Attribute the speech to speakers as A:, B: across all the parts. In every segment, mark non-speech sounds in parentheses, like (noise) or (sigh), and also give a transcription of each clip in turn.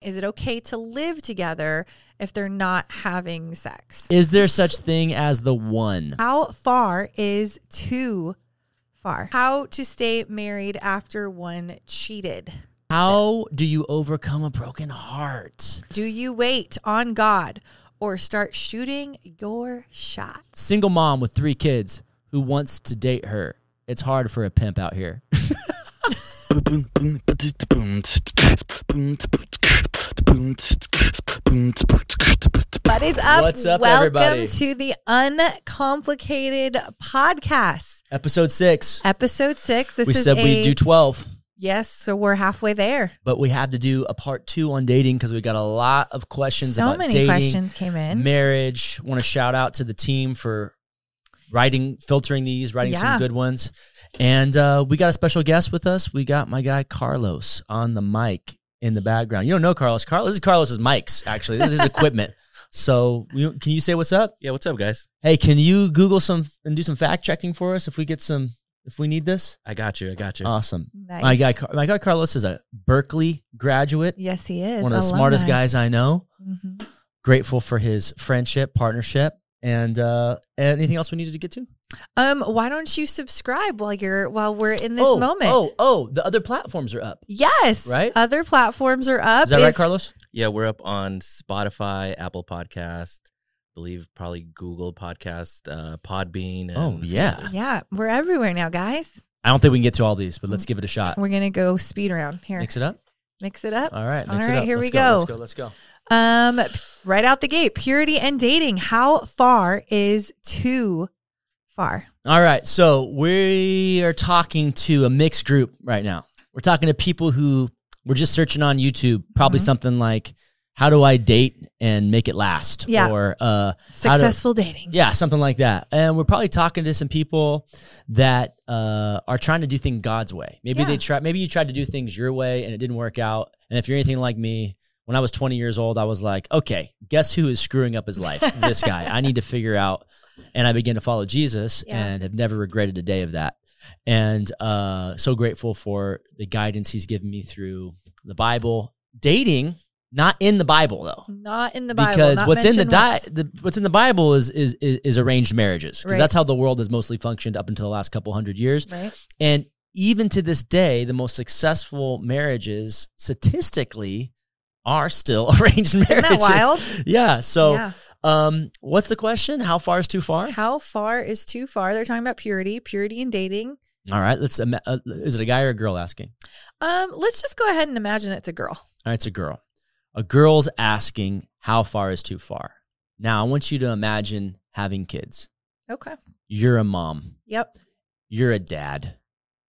A: Is it okay to live together if they're not having sex?
B: Is there such thing as the one?
A: How far is too far? How to stay married after one cheated?
B: How do you overcome a broken heart?
A: Do you wait on God or start shooting your shot?
B: Single mom with three kids who wants to date her. It's hard for a pimp out here.
A: What is up?
B: What's up,
A: Welcome
B: everybody?
A: to the Uncomplicated Podcast,
B: Episode six.
A: episode six. This
B: we
A: is
B: said
A: a,
B: we'd do 12,
A: yes, so we're halfway there.
B: but we have to do a part two on dating because we got a lot of questions
A: So
B: about
A: many
B: dating,
A: questions came in.
B: marriage. Want to shout out to the team for writing, filtering these, writing
A: Yeah.
B: some good ones. And uh, we got a special guest with us. We got my guy Carlos on the mic in the background. You don't know Carlos. Carlos this is Carlos's mics
A: (laughs)
B: actually. This is his equipment. So you- can you say what's up?
C: Yeah, what's up, guys?
B: Hey, can you Google some and do some fact checking for us if we get some if we need this?
C: I got you. I got you.
B: Awesome.
A: Nice.
B: My guy, Car- my guy Carlos is a Berkeley graduate,
A: Yes, he is.
B: one of the smartest guys I know.
A: hmm
B: Grateful for his friendship, partnership, and uh, anything else we needed to get to.
A: Um, why don't you subscribe while you're while we're in this
B: oh,
A: moment?
B: oh, oh, the other platforms are up.
A: Yes.
B: Right?
A: Other platforms are up.
B: Is that right,
A: If-
B: Carlos?
C: yeah, we're up on Spotify, Apple Podcast, believe probably Google Podcast, uh, Podbean. And
B: Oh yeah.
A: Yeah, we're everywhere now, guys.
B: I don't think we can get to all these, but let's give it a shot.
A: We're gonna go speed around here.
B: Mix it up.
A: Mix it up.
B: All right. Mix
A: All
B: it
A: right,
B: up.
A: here
B: Let's
A: we
B: go.
A: go.
B: Let's go. Let's go.
A: Um, right out the gate, purity and dating. How far is too far?
B: All right. So we are talking to a mixed group right now. We're talking to people who were just searching on YouTube, probably
A: Mhm.
B: something like, how do I date and make it last?
A: Yeah.
B: Or, uh, How to-
A: Successful dating.
B: yeah, something like that. And we're probably talking to some people that uh, are trying to do things God's way. Maybe
A: Yeah.
B: they try. Maybe you tried to do things your way and it didn't work out. And if you're anything like me, when I was 20 years old, I was like, okay, guess who is screwing up his
A: (laughs)
B: life? this guy. I need to figure out. And I began to follow Jesus
A: Yeah.
B: and have never regretted a day of that. And uh, so grateful for the guidance he's given me through the Bible. Dating, not in the Bible though
A: Not in the Bible.
B: because
A: not
B: what's in the,
A: mentioned
B: di-
A: once.
B: the what's in the Bible is is is, is arranged marriages 'Cause
A: Right.
B: that's how the world has mostly functioned up until the last couple hundred years,
A: Right.
B: (laughs) and even to this day, the most successful marriages statistically are still (laughs) arranged
A: Isn't
B: marriages.
A: that wild?
B: Yeah. So,
A: yeah.
B: um, what's the question? How far is too far?
A: How far is too far? They're talking about purity, purity and dating.
B: All right. Let's. ima- Uh, is it a guy or a girl asking?
A: Um, let's just go ahead and imagine it's a girl.
B: All right, it's a girl. A girl's asking, "How far is too far?" Now, I want you to imagine having kids.
A: Okay.
B: You're a mom.
A: Yep.
B: you're a dad.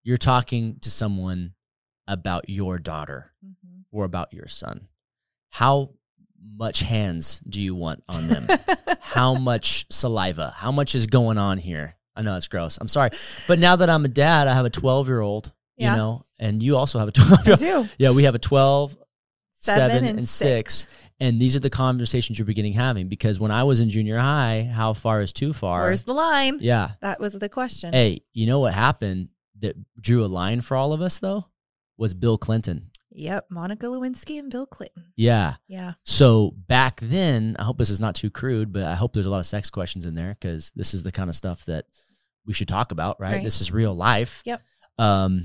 B: You're talking to someone about your daughter
A: Mm-hmm.
B: or about your son. How much hands do you want
A: (laughs)
B: on them? How much saliva? How much is going on here? I know it's gross. I'm sorry. But now that I'm a dad, I have a 12 year old,
A: Yeah.
B: you know, and you also have a (laughs) 12
A: I
B: year old.
A: do.
B: Yeah, we have a 12,
A: Seven
B: 7,
A: and
B: and, 6. And these are the conversations you're beginning having because when I was in junior high, how far is too far?
A: Where's the line?
B: yeah.
A: That was the question.
B: Hey, you know what happened that drew a line for all of us though was Bill Clinton.
A: Yep. Monica Lewinsky and Bill Clinton.
B: Yeah.
A: Yeah.
B: So back then, I hope this is not too crude, but I hope there's a lot of sex questions in there because this is the kind of stuff that we should talk about, right?
A: Right.
B: This is real life.
A: Yep.
B: Um,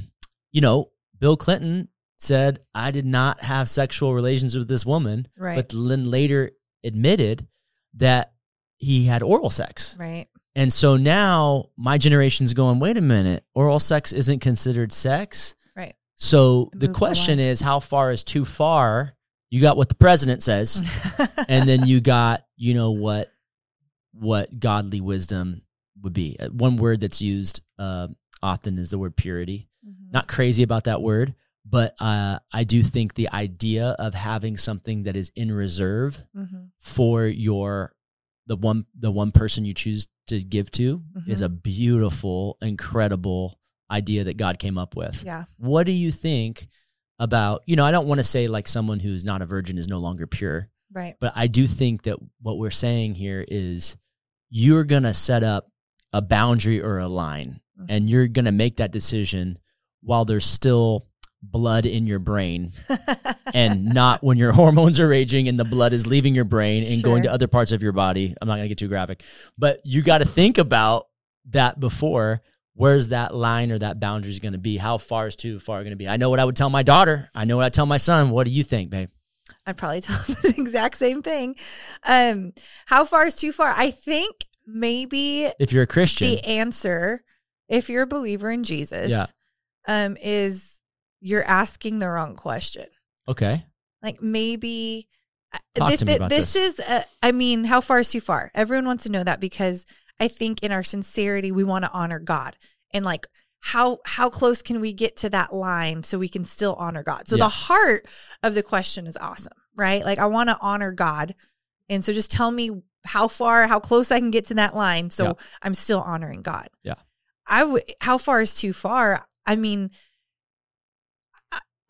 B: you know, Bill Clinton said, I did not have sexual relations with this woman,
A: Right.
B: but then later admitted that he had oral sex.
A: right.
B: And so now my generation's going, wait a minute, oral sex isn't considered sex.
A: Right.
B: So
A: It
B: the
A: moves the
B: question is, how far is too far? You got what the
A: (laughs)
B: president says, (laughs)
A: Mm-hmm.
B: and then you got, you know, what what godly wisdom would be. Uh, One word that's used uh, often is the word purity.
A: Mhm.
B: Not crazy about that word, but uh, I do think the idea of having something that is in reserve
A: Mhm.
B: for your the one the one person you choose to give to is a beautiful incredible idea that god came up with
A: Yeah.
B: what do you think about you know i don't want to say like someone who's not a virgin is no longer pure
A: Right.
B: but i do think that what we're saying here is you're going to set up a boundary or a line
A: Mhm.
B: and you're going to make that decision while there's still blood in your brain and not when your (laughs) hormones are raging and the blood is leaving your brain and going
A: Sure.
B: to other parts of your body. I'm not going to get too graphic, but you got to think about that before. Where's that line or that boundary is going to be? How far is too far going to be? I know what I would tell my daughter. I know what I tell my son. What do you think, babe?
A: (laughs) I'd probably tell (laughs) them the exact same thing. Um, how far is too far? I think maybe
B: If you're a Christian,
A: the answer, if you're a believer in Jesus,
B: Yeah.
A: um, is you're asking the wrong question.
B: okay,
A: Like maybe
B: Talk
A: this,
B: to me about
A: this is, a, I mean, how far is too far? Everyone wants to know that because I think in our sincerity, we want to honor God and like, how how close can we get to that line so we can still honor God? So
B: Yeah.
A: the heart of the question is awesome, right? Like I want to honor God, and so just tell me how far, how close I can get to that line, so
B: Yeah.
A: I'm still honoring God.
B: Yeah.
A: I would. How far is too far? I mean,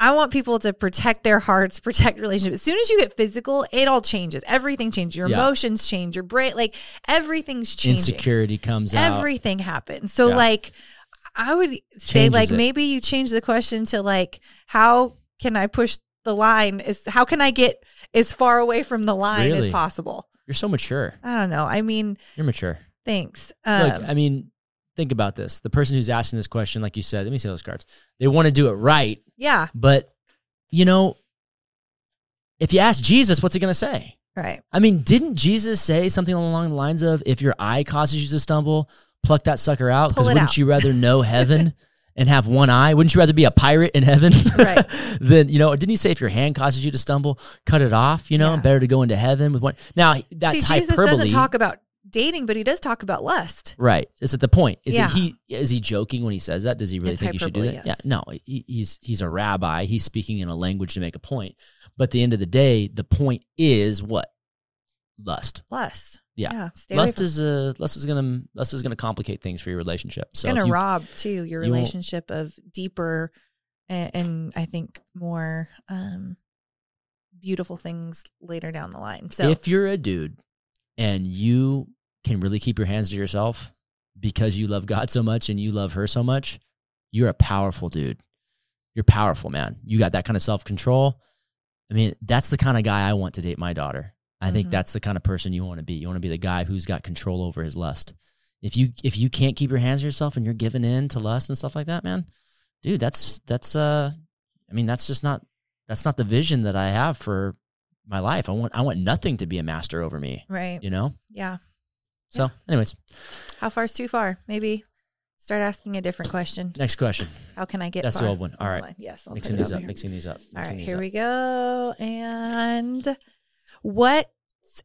A: I want people to protect their hearts, protect relationships. As soon as you get physical, it all changes. Everything changes. Your
B: Yeah.
A: emotions change. Your brain, like everything's changing.
B: insecurity comes out.
A: Everything happens. So,
B: Yeah.
A: like, I would say,
B: Changes
A: like,
B: it.
A: maybe you change the question to like, how can I push the line? Is how can I get as far away from the line as
B: Really?
A: possible?
B: You're so mature.
A: I don't know. I mean,
B: You're mature.
A: thanks. Um,
B: Look, I mean, think about this. The person who's asking this question, like you said, let me see those cards. They want to do it right,
A: yeah,
B: but you know, if you ask Jesus, what's he going to say?
A: right.
B: I mean, didn't Jesus say something along the lines of, "If your eye causes you to stumble, pluck that sucker out"?
A: Pull
B: Because
A: it
B: wouldn't
A: out."
B: you
A: (laughs)
B: rather know heaven and have one eye? Wouldn't you rather be a pirate in heaven
A: (laughs) Right.
B: (laughs) than you know? Didn't he say if your hand causes you to stumble, cut it off? You know,
A: Yeah.
B: better to go into heaven with one. Now that's
A: See, Jesus
B: hyperbole.
A: doesn't talk about dating, but he does talk about lust.
B: Right. Is it the point? Is
A: Yeah.
B: it he is he joking when he says that? Does he really
A: It's
B: think you should do that?
A: hyperbole,
B: Yeah.
A: yes.
B: No. He, he's he's a rabbi. He's speaking in a language to make a point. But at the end of the day, the point is what lust.
A: Lust.
B: Yeah.
A: stay away
B: lust
A: from
B: is a lust is gonna lust is gonna complicate things for your relationship. So
A: going
B: if
A: to
B: you-
A: rob too your
B: you won't-
A: relationship of deeper and, and I think more um, beautiful things later down the line. So
B: if you're a dude and you can really keep your hands to yourself because you love God so much and you love her so much, you're a powerful dude. You're powerful, man. You got that kind of self control. I mean, that's the kind of guy I want to date my daughter. I think
A: Mhm.
B: that's the kind of person you want to be. You want to be the guy who's got control over his lust. If you if you can't keep your hands to yourself and you're giving in to lust and stuff like that, man, dude, that's that's uh I mean, that's just not that's not the vision that I have for my life. I want I want nothing to be a master over me,
A: right,
B: you know?
A: yeah.
B: So, anyways,
A: How far is too far? Maybe start asking a different question.
B: next question.
A: How can I get?
B: That's the
A: far
B: old one. All
A: on the
B: right.
A: line? Yes. I'll
B: Mixing
A: put it
B: these
A: over
B: up,
A: here.
B: mixing these up.
A: All
B: mixing
A: right,
B: these
A: here
B: up.
A: we go. And what's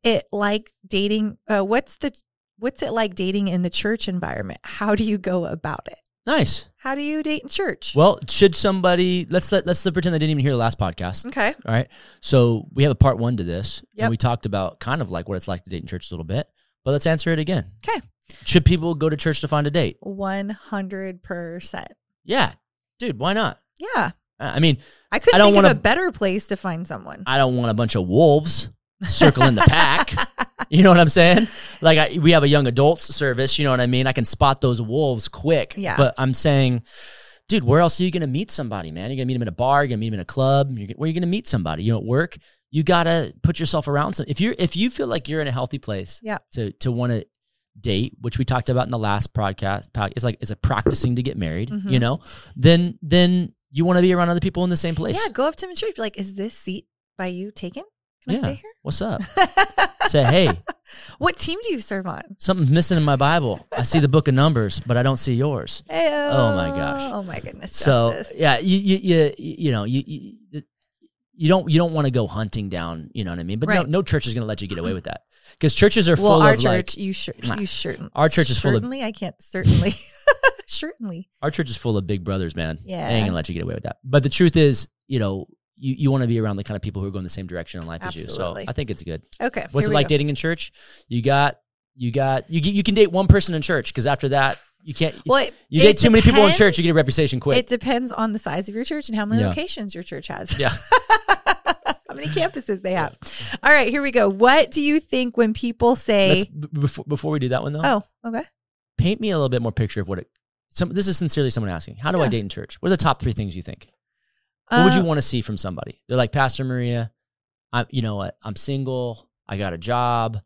A: it like dating? Uh, what's the what's it like dating in the church environment? How do you go about it?
B: Nice.
A: How do you date in church?
B: Well, should somebody let's let let's pretend they didn't even hear the last podcast.
A: okay.
B: All right. So we have a part one to this,
A: Yep.
B: and we talked about kind of like what it's like to date in church a little bit, but let's answer it again.
A: 'Kay.
B: Should people go to church to find a date?
A: One hundred percent.
B: Yeah, dude. Why not?
A: Yeah,
B: I I mean,
A: I could
B: I
A: not
B: don't
A: think of
B: wanna-
A: a better place to find someone.
B: I don't want a bunch of wolves circling the
A: (laughs)
B: pack. You know what I'm saying? Like I, we have a young adults service. You know what I mean? I can spot those wolves quick.
A: Yeah.
B: But I'm saying, dude, where else are you going to meet somebody, man? You're going to meet them in a bar. You're going to meet them in a club. You're, gonna- where are you going to meet somebody? You know, at work. You gotta put yourself around some. If you're if you feel like you're in a healthy place,
A: Yeah.
B: to to want to date, which we talked about in the last podcast, pod- it's like it's a practicing to get married.
A: Mhm.
B: You know, then then you want to be around other people in the same place.
A: yeah, go up to him and be like, "Is this seat by you taken? Can I
B: Yeah.
A: stay here?"
B: What's up? Say hey,
A: What team do you serve on?
B: Something's missing in my Bible. I see the book of Numbers, but I don't see yours.
A: Oh
B: my gosh.
A: Oh my goodness.
B: So
A: Justice.
B: yeah, you you you, you know you. you you don't you don't want to go hunting down, you know what I mean? But
A: Right.
B: no, no church is going to let you get away with that because churches are
A: well,
B: full
A: our
B: of
A: church,
B: like
A: you sure,
B: Mwah.
A: you certain.
B: Our church is full of-
A: certainly. I can't certainly, (laughs) certainly.
B: our church is full of big brothers, man.
A: Yeah.
B: they ain't gonna let you get away with that. But the truth is, you know, you, you want to be around the kind of people who are going the same direction in life as you.
A: Absolutely.
B: So I think it's good.
A: Okay.
B: What's
A: here
B: it
A: we
B: like
A: go.
B: dating in church? You got you got you get- you can date one person in church because after that you can't.
A: Well, it,
B: you
A: it
B: date too many people in
A: depends-
B: church, you get a reputation quick.
A: It depends on the size of your church and how many
B: Yeah.
A: locations your church has.
B: Yeah.
A: (laughs) how many campuses they have. All right, here we go. What do you think when people
B: Let's,
A: say,
B: b- before, before we do that one though,
A: oh, okay.
B: paint me a little bit more picture of what it. Some this is sincerely someone asking. How do I
A: Yeah.
B: date in church? What are the top three things you think? What would you
A: Uh,
B: want to see from somebody? They're like, Pastor Maria, I'm, you know what? I'm single. I got a job.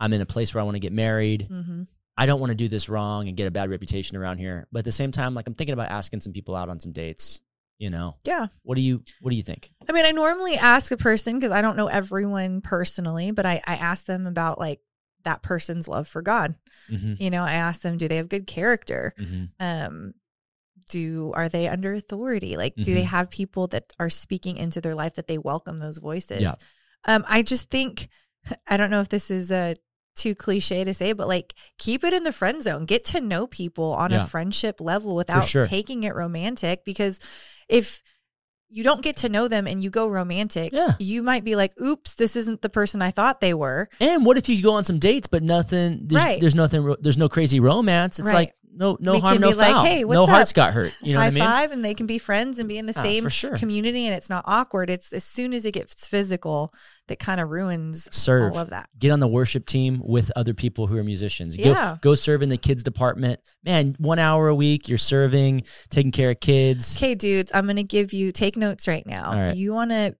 B: I'm in a place where I want to get married.
A: mhm.
B: I don't want to do this wrong and get a bad reputation around here. But at the same time, like I'm thinking about asking some people out on some dates. You know,
A: Yeah.
B: what do you what do you think?
A: I mean, I normally ask a person because I don't know everyone personally, but I, I ask them about like that person's love for God.
B: Mm-hmm.
A: You know, I ask them, do they have good character?
B: Mm-hmm.
A: Um, do are they under authority? Like, do
B: Mm-hmm.
A: they have people that are speaking into their life that they welcome those voices?
B: Yeah.
A: Um, I just think (laughs) I don't know if this is a too cliche to say, but like keep it in the friend zone. Get to know people on
B: Yeah.
A: a friendship level without
B: sure.
A: taking it romantic because if you don't get to know them and you go romantic,
B: Yeah.
A: you might be like, oops, this isn't the person I thought they were.
B: And what if you go on some dates, but nothing? There's,
A: Right.
B: there's nothing. ro- There's no crazy romance. It's
A: Right.
B: like no, no
A: We
B: harm,
A: can
B: no
A: be like,
B: foul.
A: "Hey,
B: no
A: what's
B: hearts
A: up?"
B: got hurt. You know
A: High
B: what I mean?
A: five, and they can be friends and be in the
B: Yeah,
A: same
B: for sure.
A: community, and it's not awkward. It's as soon as it gets physical that kind of ruins
B: Serve.
A: all of that.
B: Get on the worship team with other people who are musicians.
A: Yeah.
B: Go, go serve in the kids department. Man, one hour a week, you're serving, taking care of kids.
A: Okay, dudes, I'm going to give you take notes right now.
B: All right.
A: You want to,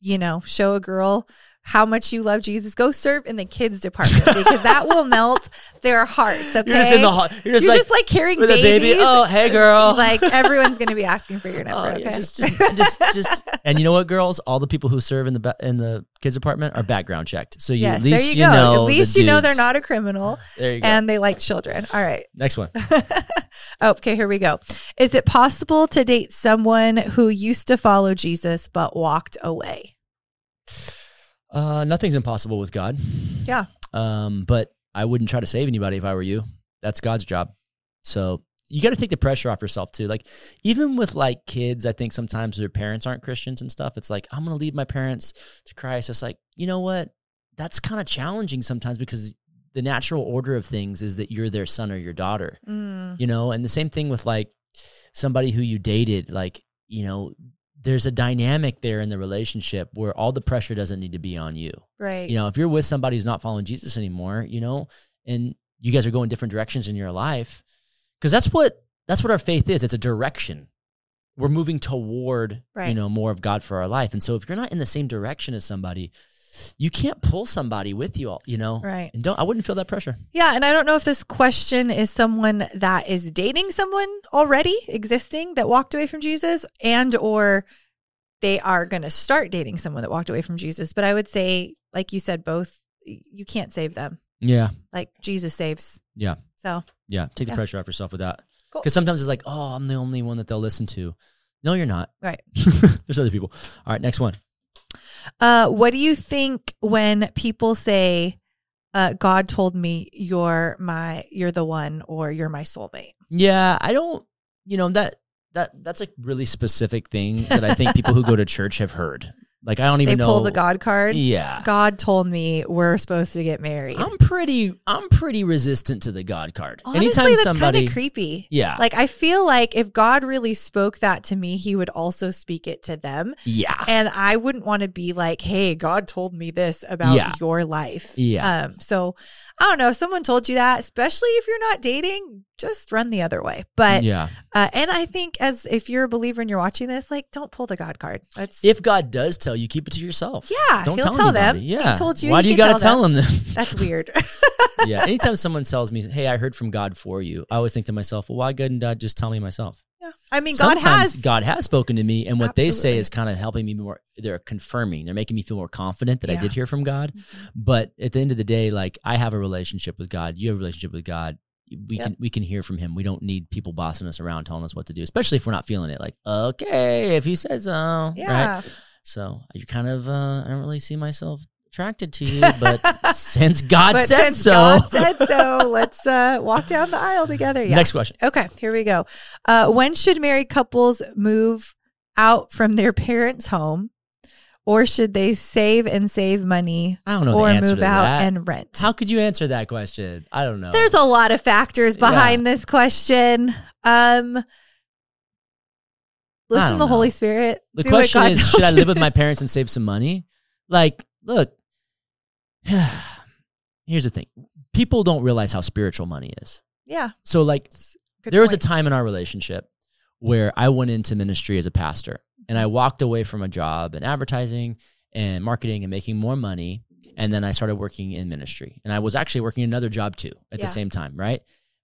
A: you know, show a girl how much you love Jesus. Go serve in the kids department
B: (laughs)
A: because that will melt their hearts. Okay,
B: You're just in the. ho- You're just
A: You're
B: like,
A: just like carrying
B: with
A: babies.
B: a baby. Oh, hey, girl.
A: (laughs) Like everyone's going to be asking for your number.
B: (laughs) Oh,
A: okay,
B: yeah, just, just, just,
A: (laughs)
B: just, and you know what, girls? All the people who serve in the ba- in the kids department are background checked. So you,
A: yes,
B: at least
A: there you,
B: you,
A: go.
B: know,
A: At
B: the
A: least you know they're
B: dudes.
A: not a criminal
B: There you go.
A: and they like children. All right.
B: Next one.
A: Oh, (laughs) okay, here we go. Is it possible to date someone who used to follow Jesus but walked away?
B: Uh, nothing's impossible with God.
A: Yeah.
B: Um, but I wouldn't try to save anybody if I were you. That's God's job. So you got to take the pressure off yourself too. Like even with like kids, I think sometimes their parents aren't Christians and stuff. It's like I'm gonna lead my parents to Christ. It's like you know what? That's kind of challenging sometimes because the natural order of things is that you're their son or your daughter
A: Mm,
B: you know and the same thing with like somebody who you dated like you know there's a dynamic there in the relationship where all the pressure doesn't need to be on you
A: right.
B: you know if you're with somebody who's not following jesus anymore you know and you guys are going different directions in your life because that's what that's what our faith is it's a direction we're moving toward you
A: Right.
B: know more of god for our life and so if you're not in the same direction as somebody you can't pull somebody with you all you know
A: Right.
B: and don't i wouldn't feel that pressure
A: Yeah, and I don't know if this question is someone that is dating someone already existing that walked away from Jesus and or they are going to start dating someone that walked away from Jesus, but I would say like you said both y- you can't save them.
B: yeah
A: Like Jesus saves.
B: Yeah.
A: So,
B: Yeah, take the
A: Yeah.
B: pressure off yourself with that.
A: Cool.
B: Because sometimes it's like, oh, I'm the only one that they'll listen to. No, you're not.
A: Right.
B: (laughs) There's other people. All right, next one.
A: uh what do you think when people say uh God told me you're my you're the one or you're my soulmate?
B: Yeah, I don't. You know that that that's a really specific thing that I think people who (laughs) go to church have heard. Like I don't
A: They
B: even know
A: pull the God card.
B: Yeah,
A: God told me we're supposed to get married.
B: I'm pretty. I'm pretty resistant to the God card.
A: Honestly,
B: Anytime
A: that's
B: somebody,
A: kind of creepy.
B: yeah,
A: Like I feel like if God really spoke that to me, he would also speak it to them.
B: yeah,
A: And I wouldn't want to be like, "Hey, God told me this about
B: Yeah.
A: your life."
B: Yeah.
A: Um so I don't know, if someone told you that, especially if you're not dating, just run the other way. But
B: yeah.
A: uh, and I think as if you're a believer and you're watching this, like don't pull the God card. That's
B: If God does tell you, keep it to yourself.
A: Yeah,
B: don't
A: he'll
B: tell,
A: tell them.
B: anybody.
A: He
B: Yeah,
A: told you,
B: Why
A: you
B: do you
A: can
B: got to
A: tell
B: tell them?
A: (laughs)
B: then? (laughs)
A: that's weird.
B: yeah. Anytime someone tells me, "Hey, I heard from God for you," I always think to myself, "Well, why couldn't God just tell me myself?"
A: yeah. I mean, God
B: Sometimes
A: has
B: God has spoken to me, and what they
A: Absolutely.
B: say is kind of helping me more. They're confirming, they're making me feel more confident that I
A: Yeah.
B: did hear from God. But at the end of the day, like I have a relationship with God, you have a relationship with God. We
A: Yep.
B: can we can hear from Him. We don't need people bossing us around, telling us what to do, especially if we're not feeling it. Like, okay, if He says so,
A: (laughs) Yeah.
B: right? So you're kind of uh, I don't really see myself attracted to you,
A: (laughs)
B: but since God
A: But
B: said
A: since
B: so. (laughs)
A: God said so. Let's uh, walk down the aisle together. Yeah.
B: Next question.
A: Okay, here we go. Uh, when should married couples move out from their parents' home, or should they save and save money,
B: I don't know
A: or
B: the answer
A: move
B: to
A: out
B: that.
A: and rent?
B: How could you answer that question? I don't know.
A: There's a lot of factors
B: Yeah.
A: behind this question. Um, listen to
B: don't
A: the
B: know.
A: Holy Spirit.
B: the
A: Do what
B: question
A: God
B: is,
A: tells
B: should I
A: you.
B: live with my parents and save some money? Like, look, (sighs) here's the thing: people don't realize how spiritual money is.
A: Yeah.
B: So, like,
A: Good
B: there was a
A: point.
B: time in our relationship where I went into ministry as a pastor, And I walked away from a job in advertising and marketing and making more money. And then I started working in ministry. And I was actually working another job too at
A: Yeah.
B: the same time, right?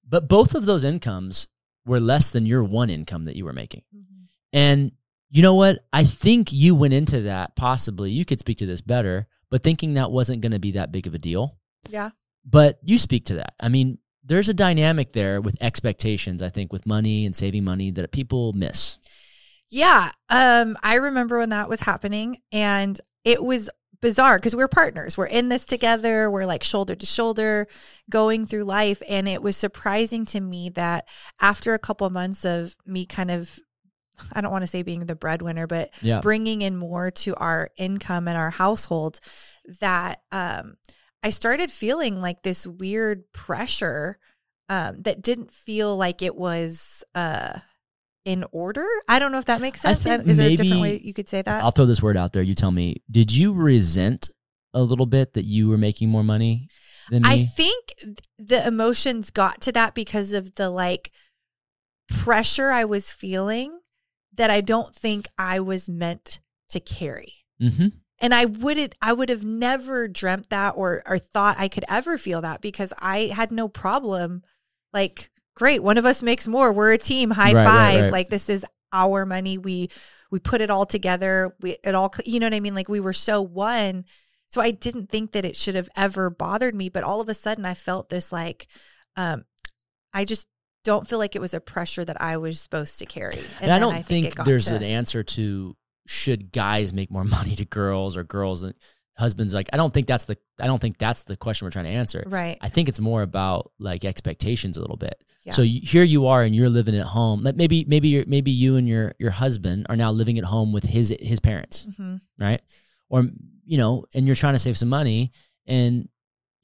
B: But both of those incomes were less than your one income that you were making.
A: Mm-hmm.
B: And you know what? I think you went into that possibly, you could speak to this better, but thinking that wasn't going to be that big of a deal.
A: Yeah.
B: But you speak to that. I mean, there's a dynamic there with expectations, I think, with money and saving money that people miss.
A: Yeah. Um, I remember when that was happening and it was bizarre because we're partners. We're in this together. We're like shoulder to shoulder going through life. And it was surprising to me that after a couple months of me kind of, I don't want to say being the breadwinner, but
B: Yeah.
A: bringing in more to our income and our household that um, I started feeling like this weird pressure um, that didn't feel like it was uh, in order. I don't know if that makes
B: I
A: sense.
B: think
A: Is there a different
B: maybe-
A: way you could say that?
B: I'll throw this word out there. You tell me, did you resent a little bit that you were making more money than me?
A: I think th- the emotions got to that because of the like pressure I was feeling that I don't think I was meant to carry.
B: mm-hmm.
A: and i wouldn't i would have never dreamt that or or thought i could ever feel that because i had no problem like great one of us makes more we're a team high
B: Right, right,
A: five
B: right.
A: like this is our money we we put it all together we it all you know what i mean like we were so one so i didn't think that it should have ever bothered me but all of a sudden i felt this like um i just don't feel like it was a pressure that i was supposed to carry and,
B: And, I
A: then
B: don't
A: it
B: think
A: got
B: there's
A: to-
B: an answer to should guys make more (laughs) money to girls or girls and husbands like I don't think that's the I don't think that's the question we're trying to answer.
A: right
B: I think it's more about like expectations a little bit.
A: Yeah.
B: So you, here you are and you're living at home. Like maybe maybe you're, maybe you and your your husband are now living at home with his his parents,
A: Mhm.
B: right? Or you know, and you're trying to save some money and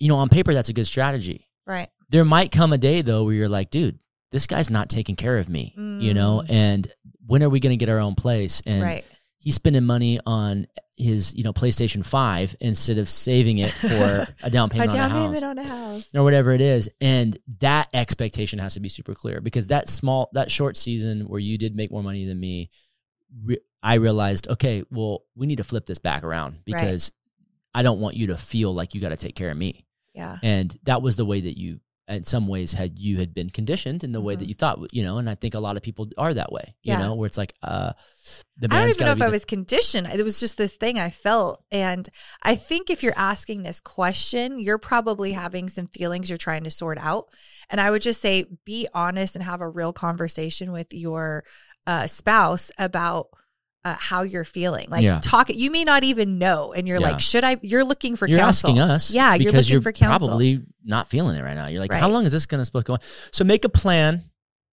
B: you know, on paper that's a good strategy
A: right
B: there might come a day though where you're like, dude, this guy's not taking care of me, you know?
A: Mm.
B: And when are we going to get our own place? And
A: right
B: he's spending money on his, you know, PlayStation 5 instead of saving it for
A: (laughs)
B: a down
A: a
B: payment
A: down
B: on a house
A: payment on a house
B: or whatever it is. And that expectation has to be super clear because that small, that short season where you did make more money than me, re- I realized, okay, well, we need to flip this back around because I don't want you to feel like you got to take care of me
A: yeah
B: and that was the way that you in some ways had you had been conditioned in the way that
A: Mhm.
B: you thought you know and i think a lot of people are that way you
A: Yeah.
B: know where it's like uh the
A: I don't
B: man's
A: even know
B: gotta
A: if
B: be
A: I
B: the-
A: was conditioned. It was just this thing I felt. And I think if you're asking this question, you're probably having some feelings you're trying to sort out. And I would just say be honest and have a real conversation with your uh, spouse about. Uh, how you're feeling like
B: Yeah.
A: talk you may not even know and you're
B: Yeah.
A: like should i you're looking for
B: you're
A: counsel
B: asking us
A: Yeah, you're
B: because
A: looking
B: you're,
A: for counsel.
B: probably not feeling it right now you're like how
A: Right.
B: long is this going to supposed to go on so make a plan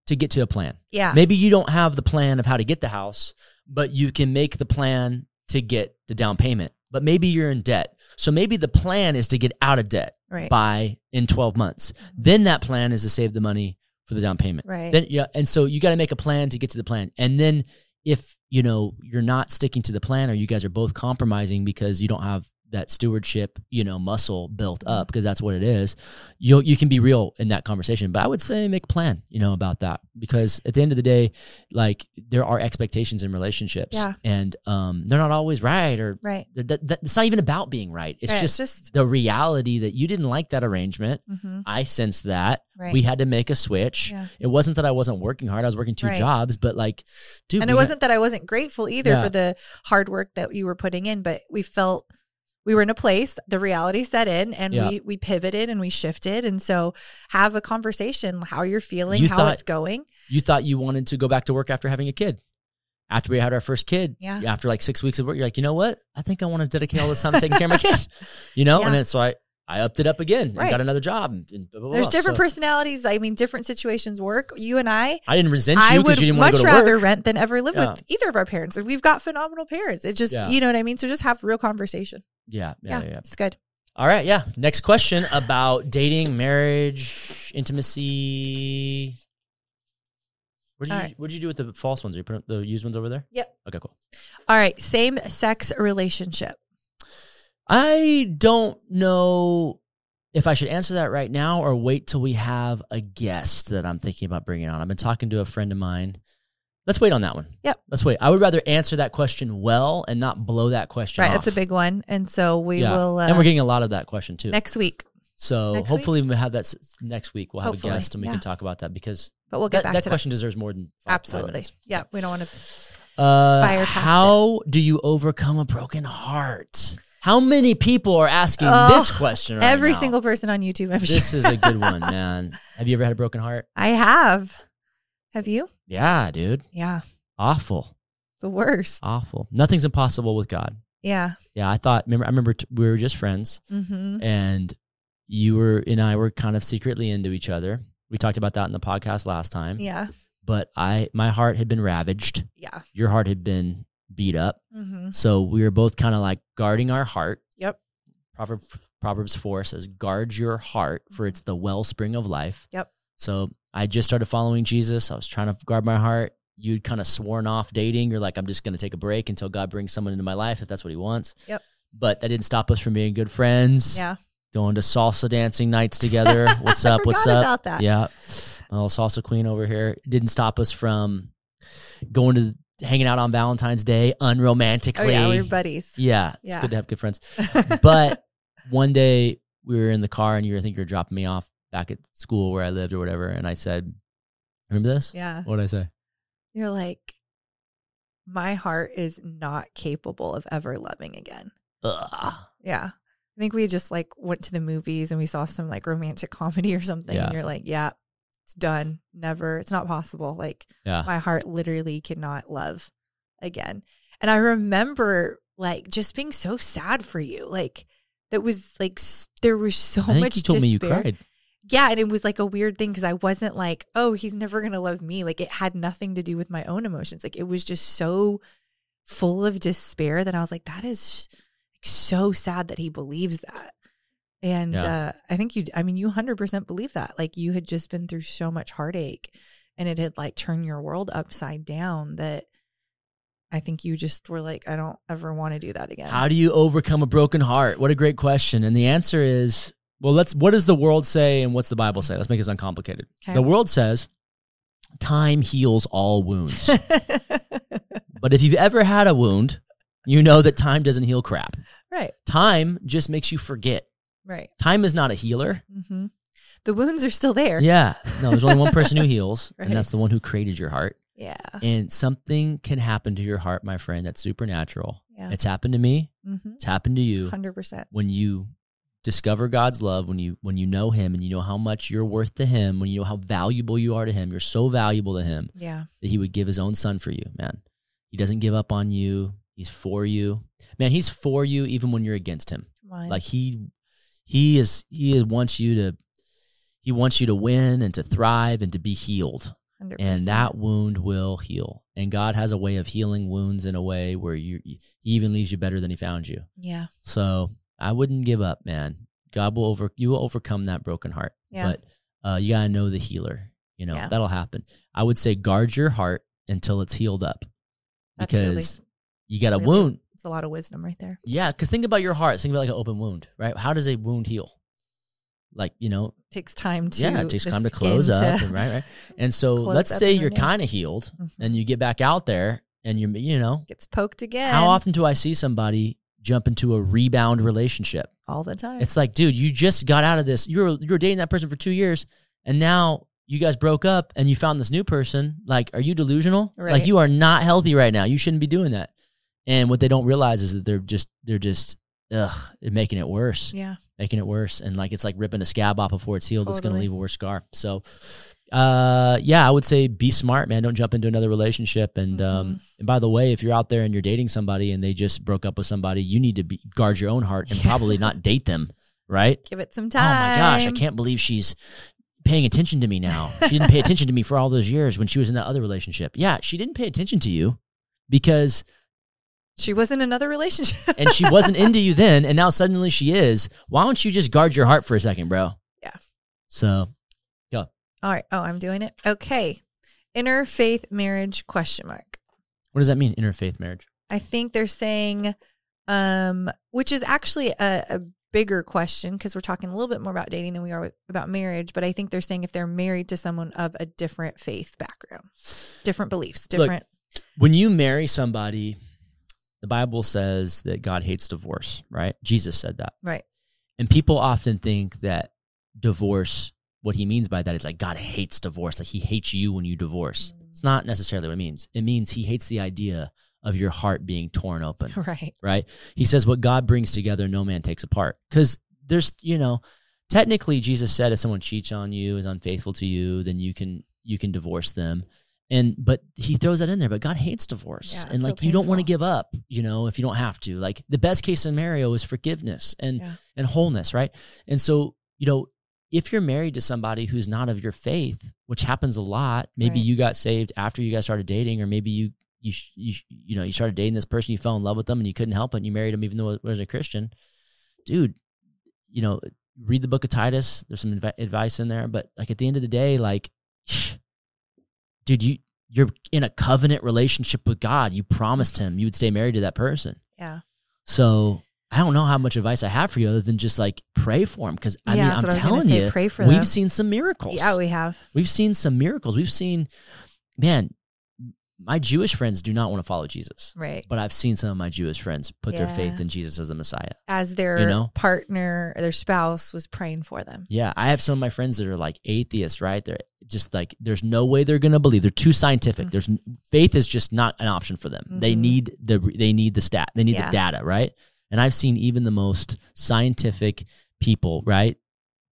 B: to get to a plan
A: yeah
B: maybe you don't have the plan of how to get the house but you can make the plan to get the down payment but maybe you're in debt so maybe the plan is to get out of debt
A: right
B: by in 12 months then that plan is to save the money for the down payment
A: right
B: then yeah and so you got to make a plan to get to the plan and then if you know you're not sticking to the plan or you guys are both compromising because you don't have that stewardship you know muscle built
A: Mm-hmm.
B: up because that's what it is you you can be real in that conversation but i would say make a plan you know about that because at the end of the day like there are expectations in relationships
A: Yeah.
B: and um they're not always right or
A: right
B: th- th- th- it's not even about being right it's
A: Right.
B: just the reality that you didn't like that arrangement
A: mhm,
B: i sensed that
A: right
B: we had to make a switch
A: yeah.
B: it wasn't that I wasn't working hard. I was working two
A: Right.
B: jobs, but like, dude,
A: and
B: we
A: it
B: had-
A: wasn't that I wasn't grateful either
B: Yeah.
A: for the hard work that you were putting in, but we felt we were in a place, the reality set in, and
B: Yeah.
A: we we pivoted and we shifted. And so, have a conversation: how you're feeling,
B: You
A: how
B: thought-
A: it's going.
B: you thought you wanted to go back to work after having a kid. After we had our first kid,
A: Yeah.
B: after like six weeks of work, you're like, you know what? I think I want to dedicate all this time to taking care of my kid, (laughs) you know?
A: Yeah.
B: And then so I, I upped it up again and
A: Right.
B: got another job. And, and blah, blah,
A: There's
B: blah.
A: different
B: So
A: personalities. I mean, different situations work. You and I.
B: I didn't resent
A: I
B: you because
A: would
B: you didn't want
A: much
B: to go to
A: rather
B: work.
A: rent than ever live
B: Yeah.
A: with either of our parents. We've got phenomenal parents. It just,
B: Yeah.
A: you know what I mean? So just have real conversation.
B: Yeah, yeah,
A: Yeah,
B: yeah, yeah.
A: it's good.
B: All right. Yeah. Next question about dating, marriage, intimacy. What did
A: All
B: you,
A: right.
B: what did you do with the false ones? You put the used ones over there?
A: Yep.
B: Okay, cool.
A: All right. Same sex relationship.
B: I don't know if I should answer that right now or wait till we have a guest that I'm thinking about bringing on. I've been talking to a friend of mine Let's wait on that one.
A: Yep.
B: Let's wait. I would rather answer that question well and not blow that question
A: Right.
B: off.
A: That's a big one. And so we
B: Yeah.
A: will uh,
B: and we're getting a lot of that question too.
A: next week,
B: so
A: next
B: hopefully we have that s- next week. We'll have
A: Hopefully,
B: a guest and we
A: yeah.
B: can talk about that because
A: but we'll get
B: that,
A: back
B: that
A: to
B: question deserves more than
A: that.
B: five
A: Absolutely.
B: minutes.
A: Yeah. We don't want to.
B: Uh,
A: Fire past
B: how do you overcome a broken heart? How many people are asking
A: Oh,
B: this question? right
A: Every
B: now?
A: single (laughs) person on YouTube, I'm sure.
B: This is a good one, man. Have you ever had a broken heart?
A: (laughs) I have. Have you?
B: Yeah, dude.
A: Yeah.
B: Awful,
A: The worst.
B: awful. Nothing's impossible with God.
A: Yeah.
B: Yeah, I thought. Remember, I remember t- we were just friends,
A: Mm-hmm.
B: and you were and I were kind of secretly into each other. We talked about that in the podcast last time.
A: Yeah.
B: But I, my heart had been ravaged.
A: Yeah.
B: Your heart had been beat up.
A: Mm-hmm.
B: So we were both kind of like guarding our heart.
A: Yep.
B: Proverb, Proverbs 4 says, guard your heart, for it's the wellspring of life.
A: Mm-hmm. Yep.
B: So I just started following Jesus. I was trying to guard my heart. You'd kind of sworn off dating. You're like, I'm just going to take a break until God brings someone into my life if that's what he wants.
A: Yep.
B: But that didn't stop us from being good friends.
A: Yeah.
B: Going to salsa dancing nights together. What's up?
A: (laughs) I
B: What's
A: forgot
B: up?
A: about that.
B: Yeah. My little salsa queen over here didn't stop us from going to hanging out on Valentine's Day
A: Oh,
B: unromantically.
A: yeah. We were buddies.
B: Yeah, it's
A: Yeah.
B: good to have
A: (laughs)
B: good friends. But one day we were in the car and you were, I think you were dropping me off back at school where I lived or whatever. And I said, Remember this?
A: yeah.
B: What did I say?
A: You're like, my heart is not capable of ever loving again.
B: Ugh.
A: Yeah. I think we just like went to the movies and we saw some like romantic (laughs) comedy or something.
B: Yeah.
A: And you're like, yeah, it's done. Never. It's not possible. Like
B: Yeah.
A: my heart literally cannot love again. And I remember like just being so sad for you. Like that was like, s- there was so
B: I think
A: much
B: you told me you
A: despair.
B: cried.
A: Yeah. And it was like a weird thing because I wasn't like, oh, he's never going to love me. Like it had nothing to do with my own emotions. Like it was just so full of despair that I was like, that is so sad that he believes that. And
B: Yeah.
A: uh, I think you, I mean, you 100% believe that. Like you had just been through so much heartache and it had like turned your world upside down that I think you just were like, I don't ever want to do that again.
B: How do you overcome a broken heart? What a great question. And the answer is well, let's what does the world say and what's the Bible say? Let's make this uncomplicated.
A: Okay.
B: The world says time heals all
A: (laughs)
B: wounds. but if you've ever had a wound, you know that time doesn't heal crap.
A: (laughs) right,
B: Time just makes you forget.
A: right.
B: Time is not a healer.
A: hmm The wounds are still there.
B: Yeah. No, there's only
A: (laughs)
B: one person who heals,
A: Right.
B: and that's the one who created your heart.
A: Yeah.
B: And something can happen to your heart, my friend, that's supernatural.
A: Yeah.
B: It's happened to me,
A: Mm-hmm.
B: it's happened to you.
A: 100%.
B: When you discover God's love, when you when you know him and you know how much you're worth to him, when you know how valuable you are to him, you're so valuable to him
A: Yeah.
B: that he would give his own son for you, man. He doesn't give up on you. He's for you. Man, he's for you even when you're against him.
A: Come on.
B: like he he is he is, wants you to he wants you to win and to thrive and to be healed
A: 100%.
B: and that wound will heal and god has a way of healing wounds in a way where you he even leaves you better than he found you
A: Yeah.
B: so i wouldn't give up man god will over you will overcome that broken heart
A: Yeah.
B: but uh, you gotta know the healer you know
A: Yeah.
B: that'll happen i would say guard your heart until it's healed up
A: That's
B: because
A: really-
B: you got a
A: really-
B: wound
A: It's a lot of wisdom right there.
B: yeah, because think about your heart. Think about like an open wound, right? How does a wound heal? Like you know,
A: takes time to
B: yeah, it takes
A: the
B: time to
A: skin
B: close up,
A: to- (laughs)
B: and, right? Right. And so
A: close
B: let's
A: up
B: say
A: and
B: you're
A: renew.
B: kind of healed,
A: Mhm.
B: and you get back out there, and you are you know,
A: gets poked again.
B: how often do I see somebody jump into a rebound relationship?
A: All the time.
B: It's like, dude, you just got out of this. You were you were dating that person for two years, and now you guys broke up, and you found this new person. Like, are you delusional? Like,
A: Right.
B: you are not healthy right now. You shouldn't be doing that. And what they don't realize is that they're just they're just ugh making it worse,
A: yeah.
B: making it worse, and like it's like ripping a scab off before it's healed. It's gonna
A: Totally.
B: leave a worse scar. So. Uh yeah, I would say be smart, man. Don't jump into another relationship. And
A: Mm-hmm.
B: um, and by the way, if you're out there and you're dating somebody and they just broke up with somebody, you need to be guard your own heart and
A: Yeah.
B: probably not date them, right?
A: Give it some time.
B: Oh my gosh, I can't believe she's paying attention to me now.
A: (laughs)
B: She didn't pay attention to me for all those years when she was in that other relationship. Yeah, she didn't pay attention to you because
A: She was in another relationship. (laughs)
B: and she wasn't into you then and now suddenly she is. Why don't you just guard your heart for a second, bro?
A: Yeah.
B: So,
A: All right. Oh, I'm doing it. Okay. Interfaith marriage question mark.
B: what does that mean interfaith marriage?
A: I think they're saying um, which is actually a, a bigger question because we're talking a little bit more about dating than we are with- about marriage. But I think they're saying if they're married to someone of a different faith background, different beliefs,
B: Look,
A: different.
B: When you marry somebody, the Bible says that God hates divorce, right? Jesus said that.
A: right. (laughs)
B: And people often think that divorce, what he means by that is like God hates divorce. Like he hates you when you divorce. It's not necessarily what it means. It means he hates the idea of your heart being torn open,
A: Right.
B: right? He says, What God brings together, no man takes apart. Because there's, you know, technically Jesus said if someone cheats on you, is unfaithful to you, then you can you can divorce them. And but he throws that in there, but God hates divorce.
A: Yeah,
B: and
A: it's so
B: like you don't want to
A: painful.
B: give up, you know, if you don't have to. Like the best case scenario is forgiveness and
A: Yeah.
B: and wholeness, right? And so, you know, if you're married to somebody who's not of your faith, which happens a lot, maybe
A: Right.
B: you got saved after you guys started dating, or maybe you you sh- you sh- you know you started dating this person, you fell in love with them, and you couldn't help it, and you married him even though it was a Christian, dude. You know, read the book of Titus. There's some advi- advice in there, but like at the end of the day, like, (sighs) dude, you you're in a covenant relationship with God. You promised Him you would stay married to that person.
A: Yeah.
B: So I don't know how much advice I have for you other than just like pray for him because I
A: Yeah,
B: mean I'm
A: that's what I was gonna
B: telling
A: say.
B: you
A: Pray for
B: we've
A: them.
B: seen some miracles.
A: Yeah, we have.
B: we've seen some miracles. We've seen, man, my Jewish friends do not want to follow Jesus,
A: Right.
B: but I've seen some of my Jewish friends put their faith
A: Yeah.
B: in Jesus as the Messiah.
A: As their
B: You know?
A: partner or their spouse was praying for them.
B: Yeah, I have some of my friends that are like atheists, right? They're just like there's no way they're gonna believe. They're too scientific.
A: Mhm.
B: There's faith is just not an option for them. They
A: Mhm.
B: need the they need the stat. They need
A: Yeah.
B: the data, right? And I've seen even the most scientific people, right,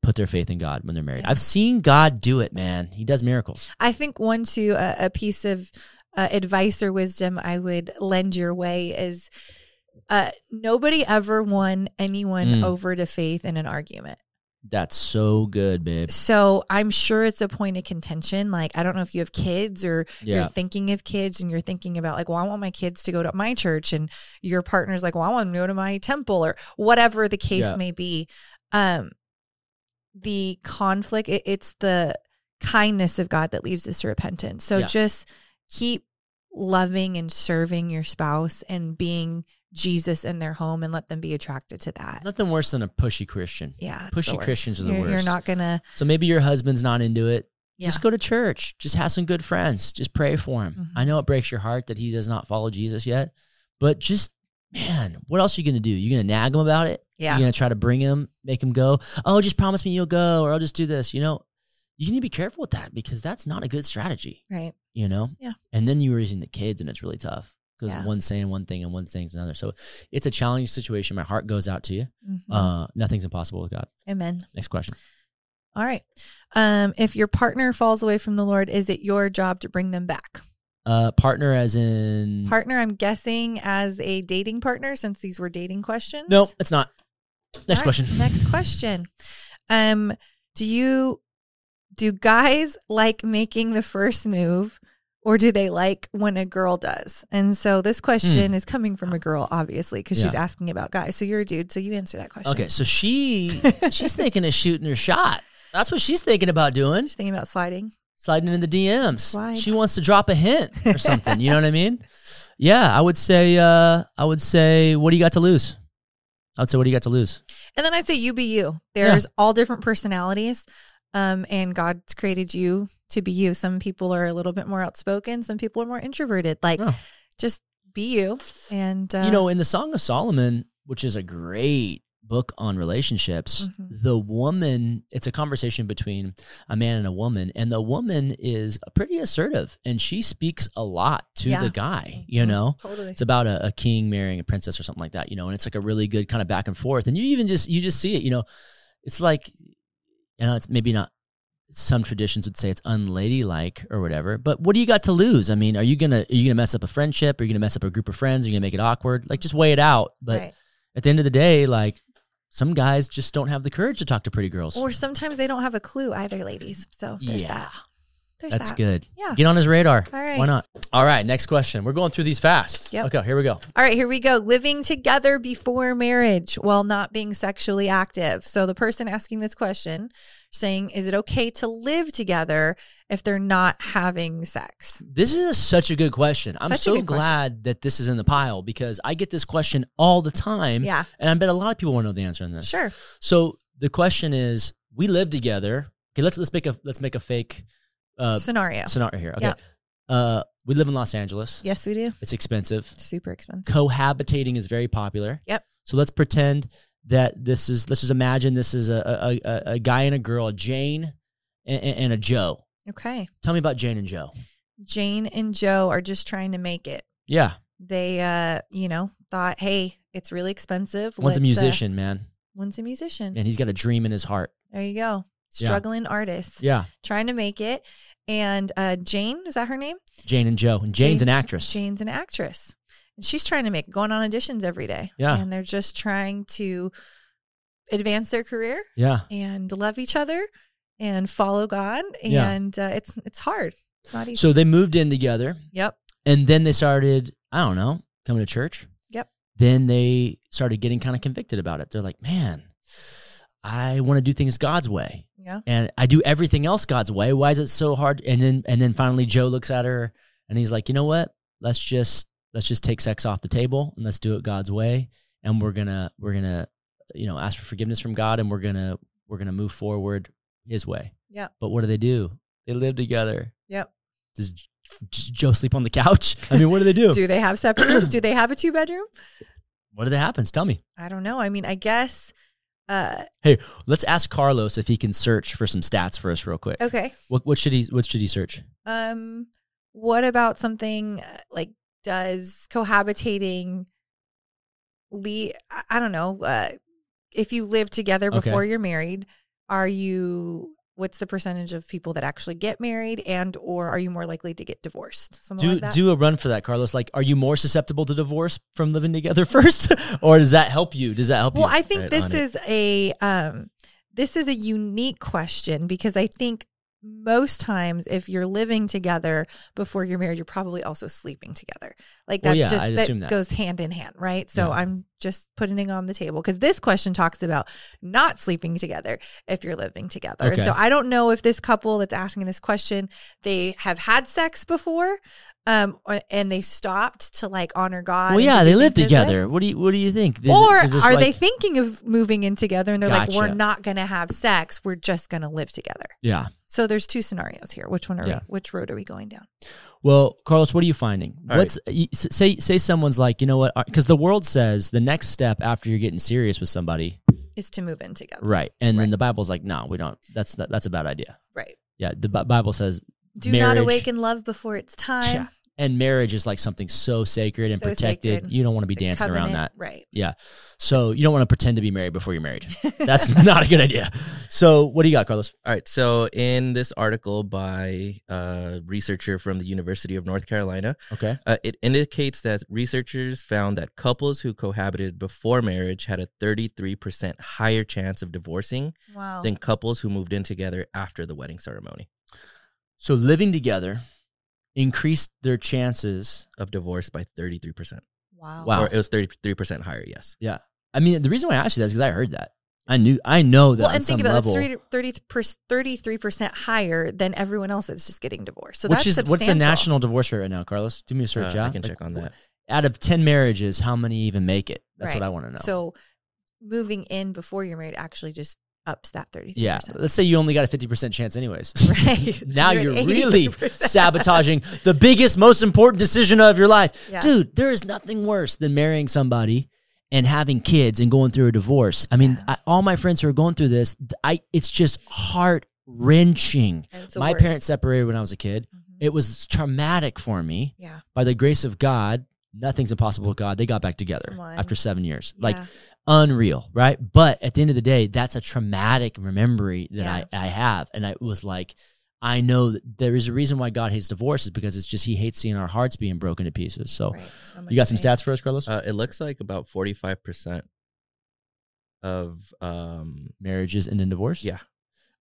B: put their faith in God when they're married.
A: Yeah.
B: I've seen God do it, man. He does miracles.
A: I think one too a, a piece of uh, advice or wisdom I would lend your way is uh, nobody ever won anyone
B: Mm.
A: over to faith in an argument.
B: That's so good, babe.
A: So I'm sure it's a point of contention. Like I don't know if you have kids or
B: Yeah.
A: you're thinking of kids and you're thinking about like, well, I want my kids to go to my church, and your partner's like, well, I want them to go to my temple or whatever the case
B: Yeah.
A: may be. Um, the conflict, it, it's the kindness of God that leads us to repentance. So
B: Yeah.
A: just keep loving and serving your spouse and being Jesus in their home and let them be attracted to that.
B: Nothing worse than a pushy Christian.
A: Yeah. it's the
B: Pushy
A: worst.
B: Christians are the
A: you're, You're
B: worst.
A: not gonna
B: So maybe your husband's not into it.
A: yeah.
B: Just go to church. Just have some good friends. Just pray for him.
A: Mhm.
B: I know it breaks your heart that he does not follow Jesus yet, but just man, what else are you gonna do? You're gonna nag him about it.
A: yeah.
B: You're gonna try to bring him, make him go. Oh, just promise me you'll go, or I'll just do this. You know, you need to be careful with that because that's not a good strategy.
A: Right.
B: You know.
A: Yeah.
B: And then you're raising the kids, and it's really tough because
A: Yeah.
B: one's saying one thing and one's saying another. So it's a challenging situation. My heart goes out to you.
A: Mhm.
B: Uh, nothing's impossible with God.
A: Amen.
B: Next question.
A: All right. Um, if your partner falls away from the Lord, is it your job to bring them back?
B: Uh, partner, as in
A: Partner, I'm guessing as a dating partner, since these were dating questions.
B: No, it's not. Next
A: All right,
B: question. (laughs)
A: Next question. Um, do you do guys like making the first move, or do they like when a girl does? And so this question is coming from a girl, obviously, because she's
B: Hmm. Yeah.
A: asking about guys. So you're a dude, so you answer that question.
B: Okay, so she
A: (laughs)
B: she's thinking of shooting her shot. That's what she's thinking about doing.
A: Just thinking about sliding.
B: Sliding in the DMs.
A: Slide.
B: She wants to drop a hint
A: (laughs)
B: or something. you know what I mean? Yeah, I would say uh I would say what do you got to lose? I would say what do you got to lose?
A: And then I'd say you be you. There's all different personalities. Um, and God's created you to be you. Some people are a little bit more outspoken, some people are more introverted. Like
B: Yeah.
A: just be you. And uh,
B: Oh. you know, in the Song of Solomon, which is a great book on relationships,
A: Mhm.
B: the woman, it's a conversation between a man and a woman, and the woman is pretty assertive and she speaks a lot to
A: Yeah.
B: the guy, you
A: Mhm.
B: know?
A: (laughs) totally.
B: It's about a, a king marrying a princess or something like that, you know, and it's like a really good kind of back and forth. And you even just you just see it, you know, it's like you know, it's maybe not some traditions would say it's unladylike or whatever, but what do you got to lose? I mean, are you gonna are you gonna mess up a friendship? Are you gonna mess up a group of friends? Are you gonna make it awkward? Like just weigh it out. But
A: Right.
B: at the end of the day, like some guys just don't have the courage to talk to pretty girls.
A: Or sometimes they don't have a clue either, ladies. So there's
B: Yeah.
A: that. There's
B: That's
A: that.
B: good.
A: Yeah.
B: Get on his radar.
A: All right.
B: Why not? All right. Next question. We're going through these fast.
A: Yep.
B: Okay. Here we go.
A: All right, here we go. Living together before marriage while not being sexually active. So the person asking this question saying, is it okay to live together if they're not having sex?
B: This is such a good question. I'm
A: Such a
B: so
A: good question.
B: glad that this is in the pile because I get this question all the time.
A: Yeah,
B: And I bet a lot of people want to know the answer in this.
A: sure.
B: So the question is, we live together. Okay, let's let's make a let's make a fake uh,
A: Scenario.
B: scenario here. Okay,
A: Yeah.
B: uh, we live in Los Angeles.
A: Yes, we do.
B: It's expensive.
A: Super expensive.
B: Cohabitating is very popular.
A: Yep.
B: So let's pretend that this is let's just imagine this is a a, a, a guy and a girl, a Jane and, and a Joe.
A: Okay.
B: Tell me about Jane and Joe.
A: Jane and Joe are just trying to make it.
B: Yeah,
A: They, uh, you know, thought, hey, it's really expensive.
B: one's
A: Let's,
B: a
A: uh,
B: musician, man,
A: one's a musician.
B: and he's got a dream in his heart.
A: There you go.
B: Yeah.
A: Struggling artist,
B: Yeah,
A: trying to make it. And uh, Jane, is that her name?
B: Jane and Joe, and Jane's
A: Jane-
B: an actress.
A: Jane's an actress. And she's trying to make going on auditions every day.
B: Yeah.
A: And they're just trying to advance their career
B: Yeah,
A: and love each other and follow God.
B: Yeah.
A: And uh, it's it's hard. It's not easy.
B: so they moved in together.
A: yep.
B: And then they started, I don't know, coming to church.
A: Yep.
B: Then they started getting kind of convicted about it. They're like, man, I want to do things God's way.
A: Yeah.
B: And I do everything else God's way. Why is it so hard? And then and then finally Joe looks at her and he's like, you know what? Let's just let's just take sex off the table and let's do it God's way. And we're gonna we're gonna, you know, ask for forgiveness from God and we're gonna we're gonna move forward his way.
A: Yep.
B: But what do they do? They live together.
A: Yep.
B: Does J- J- Joe sleep on the couch? I mean, what do they (laughs) do?
A: Do they have separate rooms? Do they have a two bedroom?
B: what do that happens? Tell me.
A: I don't know. I mean, I guess. Uh,
B: Let's ask Carlos if he can search for some stats for us real quick.
A: okay.
B: What, what should he What should he search?
A: Um, what about something uh, like does cohabitating lead? I- I don't know. Uh, if you live together
B: Okay.
A: before you're married, are you? What's the percentage of people that actually get married, and or are you more likely to get divorced? Something
B: Do
A: like that.
B: do a run for that, Carlos. Like, are you more susceptible to divorce from living together (laughs) first, or does that help you? Does that help
A: Well,
B: you?
A: I think
B: Right
A: this
B: on it.
A: is a um, this is a unique question because I think most times if you're living together before you're married, you're probably also sleeping together. Like
B: Well,
A: that's
B: yeah,
A: just
B: I'd
A: that,
B: assume that.
A: goes hand in hand, right? So
B: Yeah.
A: I'm just putting it on the table because this question talks about not sleeping together if you're living together. And
B: Okay.
A: so I don't know if this couple that's asking this question they have had sex before. Um, or- and they stopped to like honor God.
B: Well,
A: and
B: yeah,
A: to do
B: they live
A: things His way
B: together. What do you What do you think? They-
A: or
B: they're just
A: are they
B: like-
A: thinking of moving in together and they're like, we're
B: Gotcha.
A: not going to have sex. We're just going to live together.
B: yeah.
A: So there's two scenarios here. Which one are
B: Yeah.
A: we, which road are we going down?
B: Well, Carlos, what are you finding?
C: All
B: What's y- s- say say someone's like, you know what? Because the world says the next step after you're getting serious with somebody
A: Is to move in together.
B: Right. And then
A: Right.
B: the Bible's like, no, we don't. That's that, that's a bad idea.
A: Right.
B: Yeah. The Bi- Bible says,
A: Do
B: Marriage.
A: not awaken love before it's time.
B: Yeah. and marriage is like something so sacred and
A: So
B: protected.
A: sacred.
B: You don't want to be
A: It's a
B: dancing around that.
A: covenant.
B: (laughs)
A: Right.
B: So you don't want to pretend to be married before you're married. That's not a good idea. So what do you got, Carlos?
C: All right. So, in this article by a researcher from the University of North Carolina,
B: Okay.
C: uh, it indicates that researchers found that couples who cohabited before marriage had a 33% higher chance of divorcing
A: (laughs) Wow.
B: Oh.
C: than couples who moved in together after the wedding ceremony
B: So living together increased their chances.
C: of divorce by 33%.
A: wow.
B: Wow.
C: Or it was 33% higher, yes.
B: I mean, the reason why I asked you that is because I heard that. I knew. I know that.
A: Well,
B: on
A: and
B: some
A: think about
B: level,
A: it, it's 33 percent higher than everyone else that's just getting divorced. So
B: which
A: that's
B: is what's the
A: substantial.
B: national divorce rate right now, Carlos? Do me a search.
C: Uh,
B: yeah?
C: I can
B: Like,
C: check on that.
B: Out of ten marriages, how many even make it? That's
A: Right.
B: what I want to know.
A: So moving in before you're married actually just ups that 33.
B: Yeah. Let's say you only got a 50% chance, anyways.
A: Right.
B: (laughs) now
A: You're
B: you're,
A: at (laughs)
B: really
A: 83%.
B: sabotaging the biggest, most important decision of your life.
A: Yeah.
B: Dude, there is nothing worse than marrying somebody and having kids and going through a divorce. I mean, I, all my friends who are going through this, th- I it's just heart wrenching.
A: And it's the
B: My
A: worst.
B: parents separated when I was a kid.
A: Mhm.
B: It was traumatic for me.
A: Yeah.
B: By the grace of God, nothing's impossible with God. They got back together
A: Come on.
B: after seven years. Like
A: Yeah.
B: unreal, right? But at the end of the day, that's a traumatic memory that
A: Yeah.
B: I, I have. And I was like, I know that there is a reason why God hates divorce is because it's just he hates seeing our hearts being broken to pieces. So
A: Right. So much
B: oh, you got some
A: pain.
B: stats for us, Carlos?
C: Uh, it looks like about 45% of um,
B: Marriages end in divorce.
C: Yeah.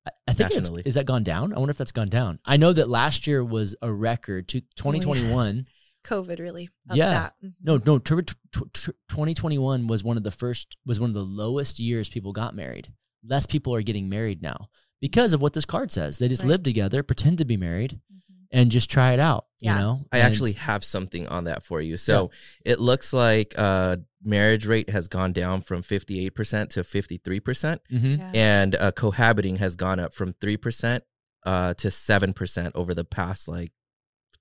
B: I- I think it's,
C: Nationally.
B: is that gone down? I wonder if that's gone down. I know that last year was a record.
A: Oh,
B: To 2021,
A: COVID really. upped
B: Yeah.
A: That. Mhm.
B: no, no, tur- tw- tw- tw- 2021 was one of the first, was one of the lowest years people got married. Less people are getting married now because of what this card says. They just
A: Right.
B: live together, pretend to be married,
A: Mhm.
B: and just try it out.
A: Yeah.
B: You know,
C: I
B: And
C: actually have something on that for you. So it looks like uh, marriage rate has gone down from 58% to 53%,
B: it's- mhm.
A: Yeah.
C: and uh, cohabiting has gone up from 3% uh, to 7% over the past like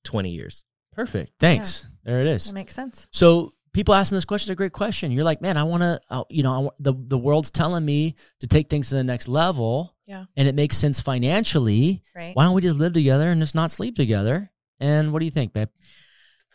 C: 20 years.
B: perfect. Thanks. There it
A: That
B: is.
A: makes sense.
B: So people asking this question is a great question. You're like, man, I want to, uh, you know, I wa- the the world's telling me to take things to the next level.
A: Yeah.
B: and it makes sense financially.
A: Right.
B: Why don't we just live together and just not sleep together? And what do you think, babe?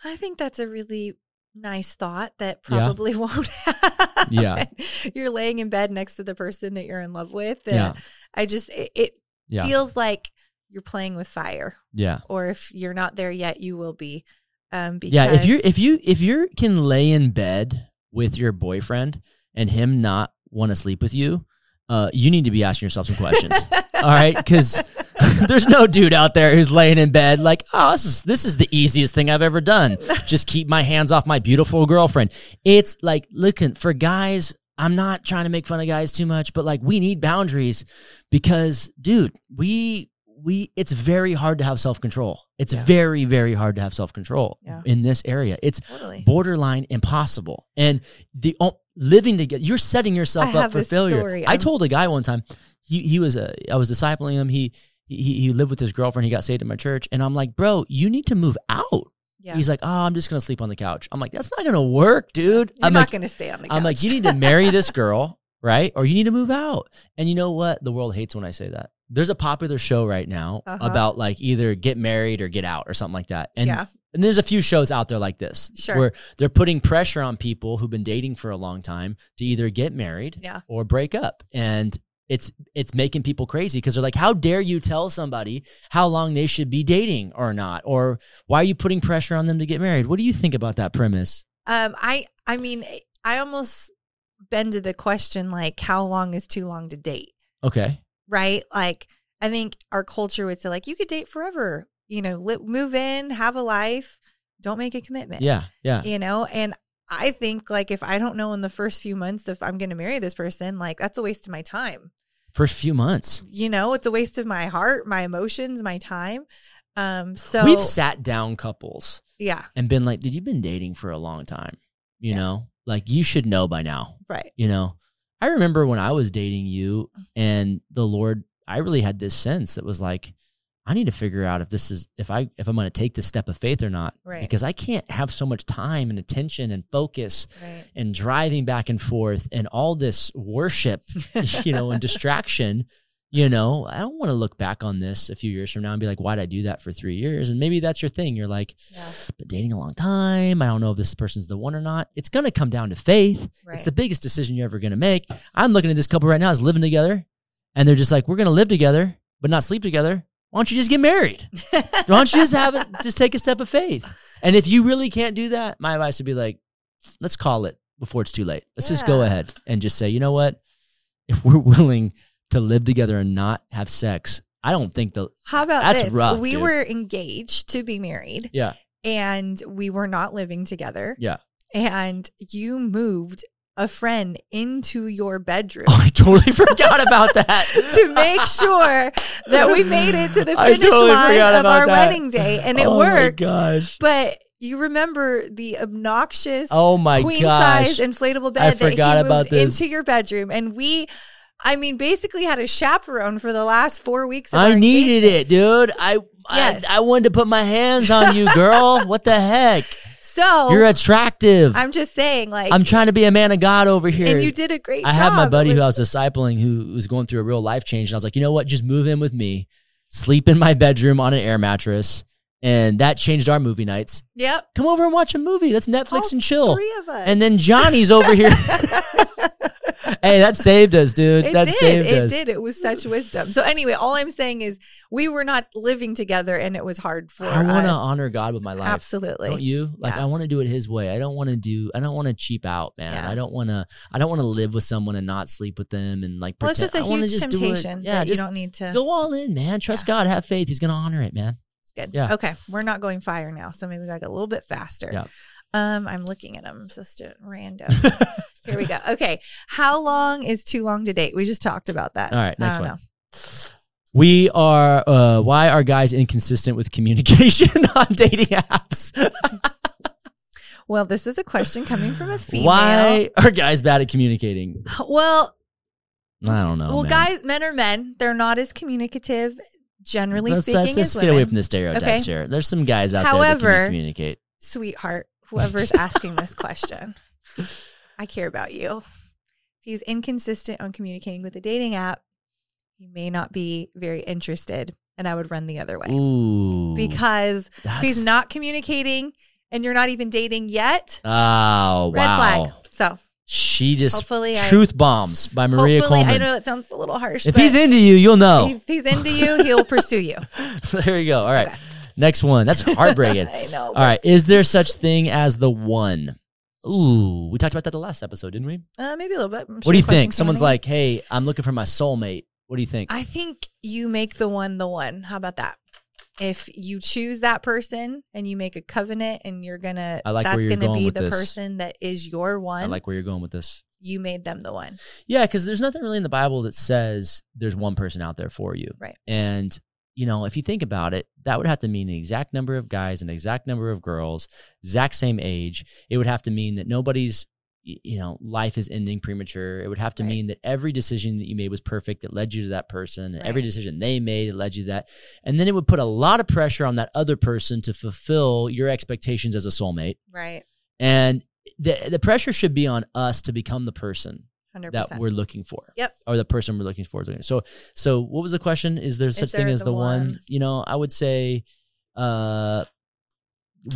A: I think that's a really nice thought that
B: Yeah.
A: probably (laughs) won't happen.
B: Yeah.
A: You're laying in bed next to the person that you're in love with. And
B: Yeah,
A: I just, it, it
B: yeah,
A: feels like you're playing with fire,
B: yeah,
A: or if you're not there yet, you will be. Um, because,
B: yeah. If you if you if you can lay in bed with your boyfriend and him not want to sleep with you, uh, you need to be asking yourself some questions. All right, because (laughs) there's no dude out there who's laying in bed like, oh, this is this is the easiest thing I've ever done. Just keep my hands off my beautiful girlfriend. It's like looking for guys. I'm not trying to make fun of guys too much, but like we need boundaries because, dude, we we it's very hard to have self control. It's
A: Yeah.
B: very very hard to have self control
A: Yeah.
B: in this area. It's
A: totally.
B: borderline impossible. And the o- living together, you're setting yourself
A: I
B: up
A: have
B: for
A: this
B: failure.
A: story.
B: I
A: I'm-
B: told a guy one time, he he was a I was discipling him. He he he lived with his girlfriend. He got saved at my church, and I'm like, bro, you need to move out.
A: yeah.
B: He's like, oh, I'm just gonna sleep on the couch. I'm like, that's not gonna work, dude.
A: you're
B: I'm
A: not
B: like,
A: going to stay on the couch.
B: I'm like, you need to marry
A: (laughs)
B: this girl, right? Or you need to move out. And you know what? The world hates when I say that. There's a popular show right now
A: Uh-huh.
B: about like either get married or get out or something like that. And
A: Yeah.
B: and there's a few shows out there like this
A: Sure.
B: where they're putting pressure on people who've been dating for a long time to either get married
A: Yeah.
B: or break up. And it's it's making people crazy because they're like, how dare you tell somebody how long they should be dating or not? Or why are you putting pressure on them to get married? What do you think about that premise?
A: Um, I I mean, I almost bend to the question like, how long is too long to date?
B: Okay.
A: Right? Like, I think our culture would say like, you could date forever. You know, li- move in, have a life, don't make a commitment.
B: Yeah. Yeah.
A: You know, and I think like if I don't know in the first few months if I'm going to marry this person, like that's a waste of my time.
B: First few months.
A: You know, it's a waste of my heart, my emotions, my time. Um, so
B: We've sat down couples
A: yeah,
B: and been like, dude, you've been dating for a long time. You
A: Yeah.
B: know, like you should know by now.
A: right.
B: You know, I remember when I was dating you and the Lord, I really had this sense that was like, I need to figure out if this is if I if I'm going to take this step of faith or not
A: Right.
B: because I can't have so much time and attention and focus
A: Right.
B: and driving back and forth and all this worship, (laughs) you know, and distraction. You know, I don't want to look back on this a few years from now and be like, why'd I do that for three years? And maybe that's your thing. You're like,
A: Yeah.
B: been dating a long time. I don't know if this person's the one or not. It's going to come down to faith.
A: Right.
B: It's the biggest decision you're ever going to make. I'm looking at this couple right now is living together and they're just like, we're going to live together, but not sleep together. Why don't you just get married? Why don't you just have it, just take a step of faith? And if you really can't do that, my advice would be like, let's call it before it's too late. Let's just go
A: Yeah.
B: ahead and just say, you know what? If we're willing to live together and not have sex, I don't think the,
A: How about
B: That's
A: this?
B: rough,
A: we
B: dude.
A: were engaged to be married.
B: Yeah.
A: And we were not living together.
B: Yeah. (laughs)
A: And you moved a friend into your
B: (laughs)
A: bedroom
B: oh, I totally forgot about that.
A: (laughs) to make sure that we made it to the
B: I
A: finish
B: totally forgot
A: line of
B: about
A: our
B: that.
A: wedding day. And it
B: oh
A: worked.
B: My gosh.
A: But you remember the obnoxious
B: Oh my
A: queen size
B: gosh.
A: inflatable bed
B: I
A: that he
B: forgot
A: moved
B: about this.
A: into your bedroom. And we I mean, basically had a chaperone for the last four weeks. Of
B: I
A: our
B: needed
A: engagement.
B: it, dude. I,
A: Yes.
B: I I wanted to put my hands on you,
A: (laughs)
B: girl. what the heck?
A: So
B: You're attractive. I'm,
A: Oh. I'm just saying, like,
B: trying to be a man of God over here.
A: and you did a great
B: I
A: job.
B: had my buddy
A: with-
B: who I was discipling who was going through a real life change, and I was like, you know what? Just move in with me, sleep in my bedroom on an air mattress, and that changed our movie nights.
A: Yep,
B: Come over Oh, and watch a movie. That's Netflix
A: All
B: and chill.
A: three of us. (laughs)
B: And then Johnny's over here. hey, that saved us, dude.
A: It
B: that
A: did.
B: saved
A: it
B: us.
A: did. It was such wisdom. So anyway, all I'm saying is we were not living together, and it was hard for
B: I want
A: us.
B: to honor God with my life.
A: Absolutely.
B: Don't you? Like
A: Yeah.
B: I want to do it His way. I don't want to do. I don't want to cheap out, man.
A: Yeah.
B: I don't want to. I don't want to live with someone and not sleep with them and like.
A: well, it's just
B: pretend-
A: a
B: I wanna
A: huge
B: just do it.
A: temptation.
B: Yeah,
A: that you
B: just
A: don't need to.
B: go all in, man. Trust God. Have faith. He's gonna honor it, man.
A: It's good.
B: Yeah.
A: Okay. We're not going fire now. So maybe we got to go a little bit faster.
B: Yeah.
A: Um, I'm looking at them just at
B: (laughs)
A: random. Here we go. Okay. How long is too long to date? We just talked about that.
B: All right,
A: Uh, I
B: next
A: don't
B: one.
A: know.
B: We are. Uh, why are guys inconsistent with communication (laughs) on dating apps?
A: Well, this is a question coming from a female.
B: Why are guys bad at communicating?
A: Well,
B: I don't know.
A: well,
B: Oh, man.
A: guys, men are men. They're not as communicative, generally
B: let's,
A: speaking,
B: let's just
A: as
B: get
A: women.
B: away from the stereotypes
A: Okay.
B: here. There's some guys out there that
A: However-
B: can communicate.
A: Sweetheart, whoever's asking this question, I care about you. If he's inconsistent on communicating with a dating app, he may not be very interested, and I would run the other way.
B: Ooh,
A: because if
B: that's-
A: he's not communicating and you're not even dating yet,
B: Oh wow!
A: red flag. So
B: She just
A: Hopefully I-
B: truth bombs by Maria
A: hopefully,
B: Coleman.
A: I know that sounds a little harsh.
B: if
A: but
B: he's into you, you'll know.
A: if he's into you, he'll pursue you.
B: (laughs) there you go. (laughs) All right,
A: Okay.
B: next one. That's heartbreaking.
A: (laughs) I know.
B: All right, is there such thing as the one? Ooh, we talked about that the last episode, didn't we?
A: Uh, maybe a little bit. I'm sure
B: What do you
A: the question came
B: think? Someone's
A: in.
B: like, "Hey, I'm looking for my soulmate." What do you think?
A: I think you make the one the one. How about that? If you choose that person and you make a covenant and you're gonna,
B: I like
A: that's
B: where you're
A: gonna
B: going
A: be
B: with
A: the
B: this.
A: person that is your one.
B: I like where you're going with this.
A: you made them the one.
B: Yeah, because there's nothing really in the Bible that says there's one person out there for you.
A: Right.
B: And, you know, if you think about it, that would have to mean an exact number of guys, an exact number of girls, exact same age. It would have to mean that nobody's, y- you know, life is ending premature. It would have to
A: Right.
B: mean that every decision that you made was perfect that led you to that person, and every
A: Right.
B: decision they made that led you to that. And then it would put a lot of pressure on that other person to fulfill your expectations as a soulmate.
A: Right.
B: And the, the pressure should be on us to become the person
A: Hundred
B: that
A: percent.
B: we're looking for.
A: Yep.
B: Or the person we're looking for. So so what was the question? Is there such
A: there
B: thing as
A: the
B: the one?
A: one?
B: You know, I would say uh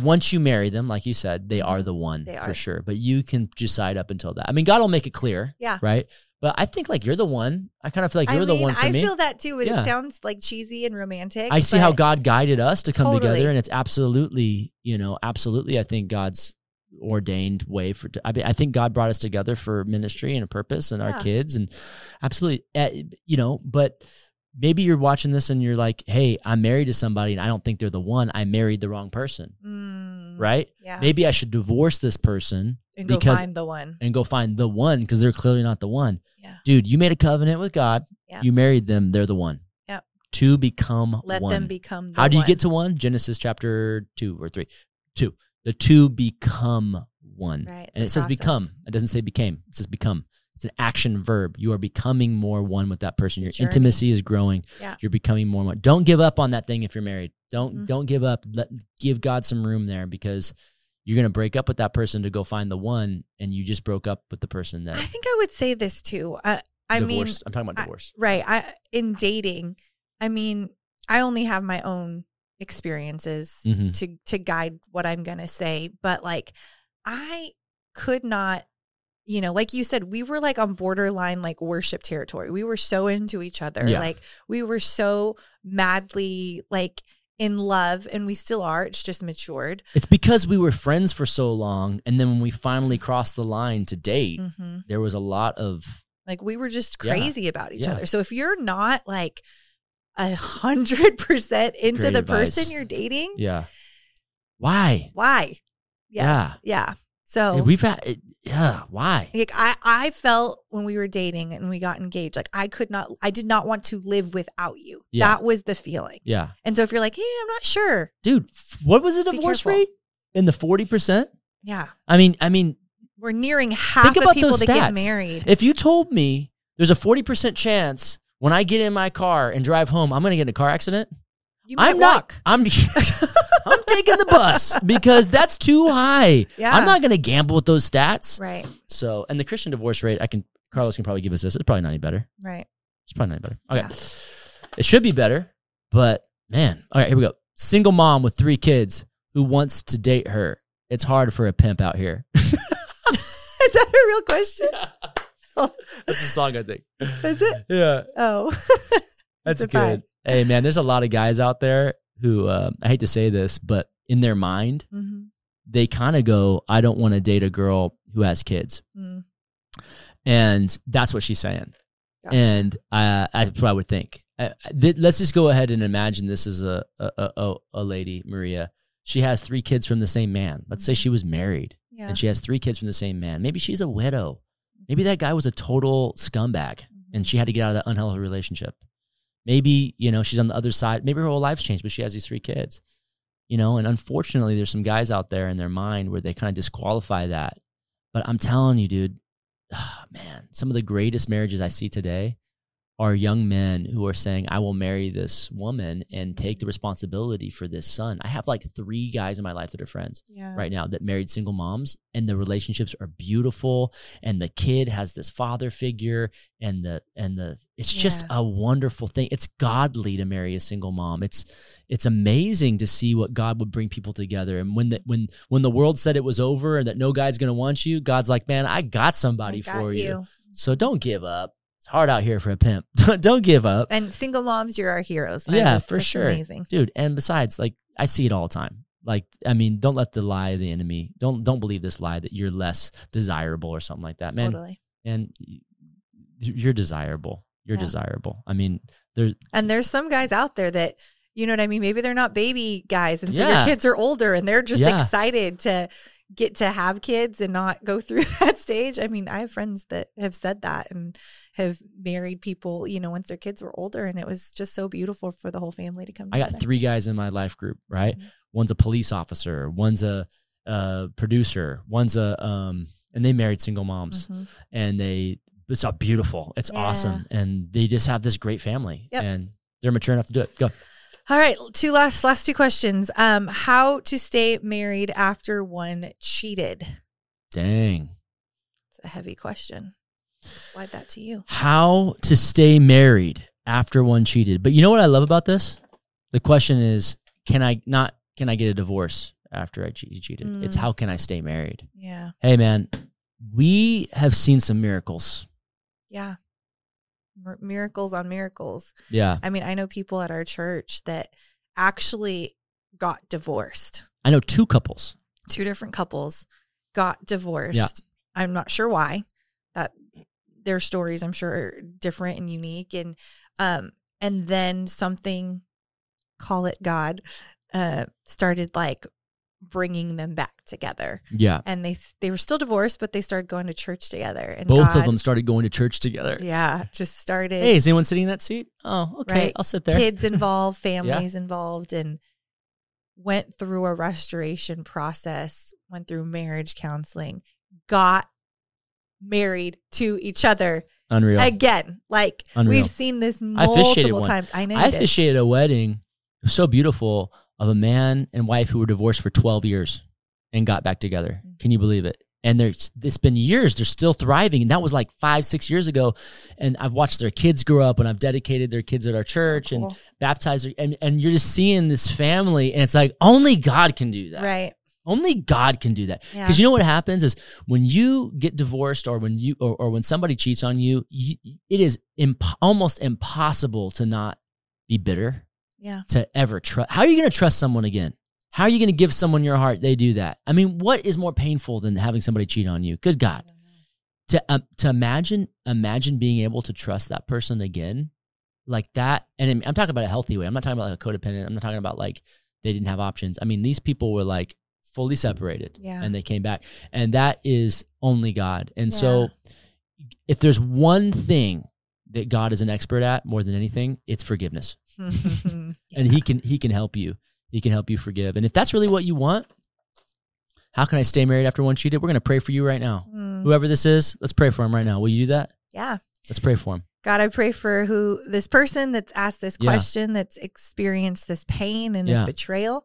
B: once you marry them, like you said, they are the one
A: Mm-hmm. They
B: for
A: are.
B: sure. But you can decide up until that. I mean, God will make it clear.
A: Yeah.
B: Right. But I think like you're the one. I kind of feel like
A: I
B: you're
A: mean,
B: the one for
A: I
B: me.
A: feel that too. It
B: Yeah.
A: sounds like cheesy and romantic.
B: I see how
A: but-
B: God guided us to come together,
A: Totally.
B: and it's absolutely, you know, absolutely. I think God's ordained way for. I mean, I think God brought us together for ministry and a purpose, and
A: Yeah.
B: our kids, and absolutely, uh, you know. But maybe you're watching this and you're like, "Hey, I'm married to somebody, and I don't think they're the one. I married the wrong person,
A: Mm,
B: right?
A: Yeah.
B: Maybe I should divorce this person
A: and go
B: because-
A: find the one.
B: and go find the one because they're clearly not the one.
A: Yeah.
B: Dude, you made a covenant with God.
A: Yeah.
B: You married them. They're the one.
A: Yep.
B: To become
A: Let
B: one.
A: them become. The
B: How do you
A: one.
B: get to one? Genesis chapter two or three. Two. The two become one.
A: Right, it's
B: and
A: a
B: it says become.
A: process.
B: It doesn't say became. It says become. It's an action verb. You are becoming more one with that person. Your
A: It's a journey.
B: intimacy is growing.
A: Yeah.
B: You're becoming more one. Don't give up on that thing if you're married. Don't
A: Mhm.
B: don't give up. Let give God some room there because you're gonna break up with that person to go find the one, and you just broke up with the person that
A: I think I would say this too. Uh, I mean,
B: divorced. I'm talking about
A: I-
B: divorce.
A: right? I in dating, I mean, I only have my own experiences
B: Mhm.
A: to to guide what I'm gonna say, but like, I could not. You know, like you said, we were like on borderline like worship territory. We were so into each other.
B: Yeah.
A: Like we were so madly like in love and we still are. It's just matured.
B: It's because we were friends for so long, and then when we finally crossed the line to date,
A: Mm-hmm.
B: there was a lot of
A: Like we were just
B: Yeah.
A: crazy about each
B: Yeah.
A: other. So if you're not like a hundred percent into
B: Great
A: the
B: advice.
A: person you're dating,
B: yeah. Why?
A: why? Yeah. Yeah. So
B: Yeah, we've had it, yeah. Why?
A: like I, I felt when we were dating and we got engaged, like I could not I did not want to live without you.
B: Yeah.
A: That was the feeling.
B: Yeah,
A: And so if you're like, yeah, I'm not sure.
B: dude. f- What was the
A: Be
B: divorce
A: careful.
B: rate in the forty percent?
A: Yeah.
B: I mean, I mean,
A: We're nearing half
B: about
A: of people
B: those
A: that get
B: stats.
A: married.
B: if you told me there's a forty percent chance when I get in my car and drive home, I'm gonna get in a car accident.
A: you might
B: I'm not.
A: walk.
B: I'm. (laughs) I'm taking the bus because that's too high.
A: Yeah.
B: I'm not gonna gamble with those stats.
A: Right.
B: So, and the Christian divorce rate, I can Carlos can probably give us this. It's probably not any better.
A: Right.
B: It's probably not any better.
A: (laughs)
B: Okay, it should be better, but man, all right, here we go. Single mom with three kids who wants to date (laughs) her. It's hard for a pimp out here. (laughs)
A: Is that a real question? yourself.
B: That's a song, I think.
A: Is it?
B: (laughs) Yeah,
A: Oh.
B: that's
A: It's a vibe.
B: good. Hey, man, there's a lot of guys out there who uh, I hate to say this, but in their mind,
A: hmm
B: they kind of go, "I don't want to date a girl who has kids,"
A: mm
B: and that's what she's saying.
A: Gotcha.
B: And uh, that's what I would think. Uh, th- let's just go ahead and imagine this is a a, a- a a lady, Maria. She has three kids from the same man. Let's say she was married
A: yeah.
B: and she has three kids from the same man. Maybe she's a widow. Maybe that guy was a total scumbag and she had to get out of that unhealthy relationship. Maybe, you know, she's on the other side. Maybe her whole life's changed, but she has these three kids, you know, and unfortunately, there's some guys out there in their mind where they kind of disqualify that. But I'm telling you, dude, (sighs) ah, man, some of the greatest marriages I see today are young men who are saying, I will marry this woman and take the responsibility for this son. I have like three guys in my life that are friends
A: yeah.
B: right now that married single moms and the relationships are beautiful and the kid has this father figure and the and the it's just
A: Yeah.
B: a wonderful thing it's godly to marry a single mom it's it's amazing to see what god would bring people together and when the when when the world said it was over and that no guy's going to want you god's like man i got somebody
A: I got
B: for you. so don't give up it's hard out here for a pimp (laughs) don't give up
A: And single moms, you're our heroes. I
B: Yeah,
A: just-
B: for
A: that's
B: sure.
A: Amazing.
B: dude and besides like i see it all the time like i mean don't let the lie of the enemy don't don't believe this lie that you're less desirable or something like that man
A: Totally.
B: and you're desirable you're
A: Yeah.
B: desirable i mean there's
A: And there's some guys out there that, you know what I mean? Maybe they're not baby guys. And so
B: Yeah.
A: your kids are older and they're just
B: Yeah.
A: excited to get to have kids and not go through (laughs) that stage. I mean, I have friends that have said that and have married people, you know, once their kids were older. And it was just so beautiful for the whole family to come
B: i got
A: together.
B: three guys in my life group right
A: Mhm.
B: one's a police officer one's a uh, producer one's a um and they married single moms
A: Mhm.
B: and they it's all beautiful it's
A: Yeah.
B: awesome and they just have this great family
A: Yep.
B: and they're mature enough to do it go
A: All right, two last last two questions. Um, how to stay married after one cheated?
B: dang
A: It's a heavy question. Slide that to you.
B: How to stay married after one cheated. But you know what I love about this? The question is, can I not can I get a divorce after I che- cheated? It's
A: Mm.
B: how can I stay married?
A: Yeah,
B: Hey man, we have seen some miracles.
A: yeah. Mir- miracles on miracles.
B: Yeah.
A: I mean, I know people at our church that actually got divorced.
B: I know two couples.
A: Two different couples got divorced. I'm not sure why. That their stories, I'm sure, are different and unique. And um, and then something, call it God, uh, started like bringing them back together.
B: Yeah.
A: And they they were still divorced, but they started going to church together. And
B: Both of
A: God-
B: them started going to church together.
A: yeah, just started.
B: Hey, is anyone sitting in that seat? Oh, okay.
A: Right.
B: I'll sit there.
A: kids
B: (laughs)
A: involved, families involved, and went through a restoration process, went through marriage counseling, got married to each other
B: Unreal.
A: again. Like
B: Unreal.
A: we've seen this
B: I officiated
A: multiple
B: one.
A: times. I know.
B: I
A: you did.
B: officiated a wedding It was so beautiful of a man and wife who were divorced for 12 years and got back together.
A: Mm.
B: Can you believe it? And there's it's been years. They're still thriving, and that was like five, six years ago. And I've watched their kids grow up, and I've dedicated their kids at our church and
A: cool.
B: baptized. their- And and you're just seeing this family, and it's like only God can do that.
A: right.
B: Only God can do that.
A: Yeah.
B: Because you know what happens is when you get divorced or when you or, or when somebody cheats on you, you it is imp- almost impossible to not be bitter
A: yeah. (laughs)
B: to ever trust. How are you going to trust someone again? How are you going to give someone your heart? They do that. I mean, what is more painful than having somebody cheat on you? Good God, to um, to imagine imagine being able to trust that person again, like that. And I'm- I'm talking about a healthy way. I'm not talking about like a codependent. I'm not talking about like they didn't have options. I mean, these people were like fully separated,
A: Yeah.
B: and they came back, and that is only God. And
A: Yeah.
B: so, if there's one thing that God is an expert at more than anything, it's forgiveness (laughs) and he can he can help you he can help you forgive and if that's really what you want how can i stay married after one cheated we're going to pray for you right now
A: Mm,
B: whoever this is let's pray for him right now will you do that
A: yeah.
B: let's pray for him
A: God, I pray for who this person that's asked this
B: Yeah.
A: question, that's experienced this pain and
B: Yeah.
A: this betrayal.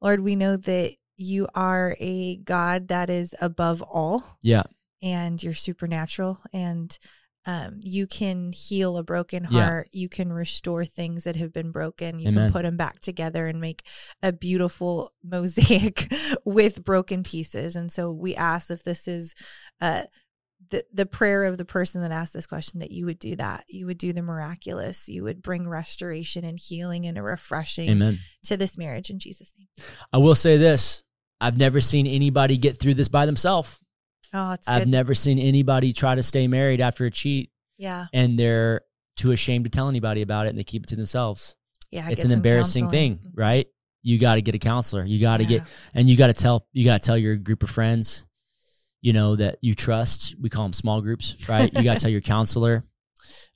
A: Lord, we know that you are a God that is above all
B: yeah
A: and you're supernatural and um, you can heal a broken
B: Yeah.
A: heart. You can restore things that have been broken. You
B: Amen.
A: can put them back together and make a beautiful (laughs) mosaic with broken pieces. And so we ask if this is uh, the, the prayer of the person that asked this question that you would do that. You would do the miraculous. You would bring restoration and healing and a refreshing
B: Amen.
A: to this marriage in Jesus' name.
B: I will say this I've never seen anybody get through this by themselves.
A: Oh, it's
B: I've
A: good.
B: never seen anybody try to stay married after a cheat
A: yeah.
B: and they're too ashamed to tell anybody about it and they keep it to themselves.
A: Yeah.
B: it's
A: get
B: an
A: some
B: embarrassing
A: counseling.
B: thing, right? You got to get a counselor. You got to
A: Yeah.
B: get and you got to tell you got to tell your group of friends, you know that you trust. We call them small groups, right? You got to tell your counselor.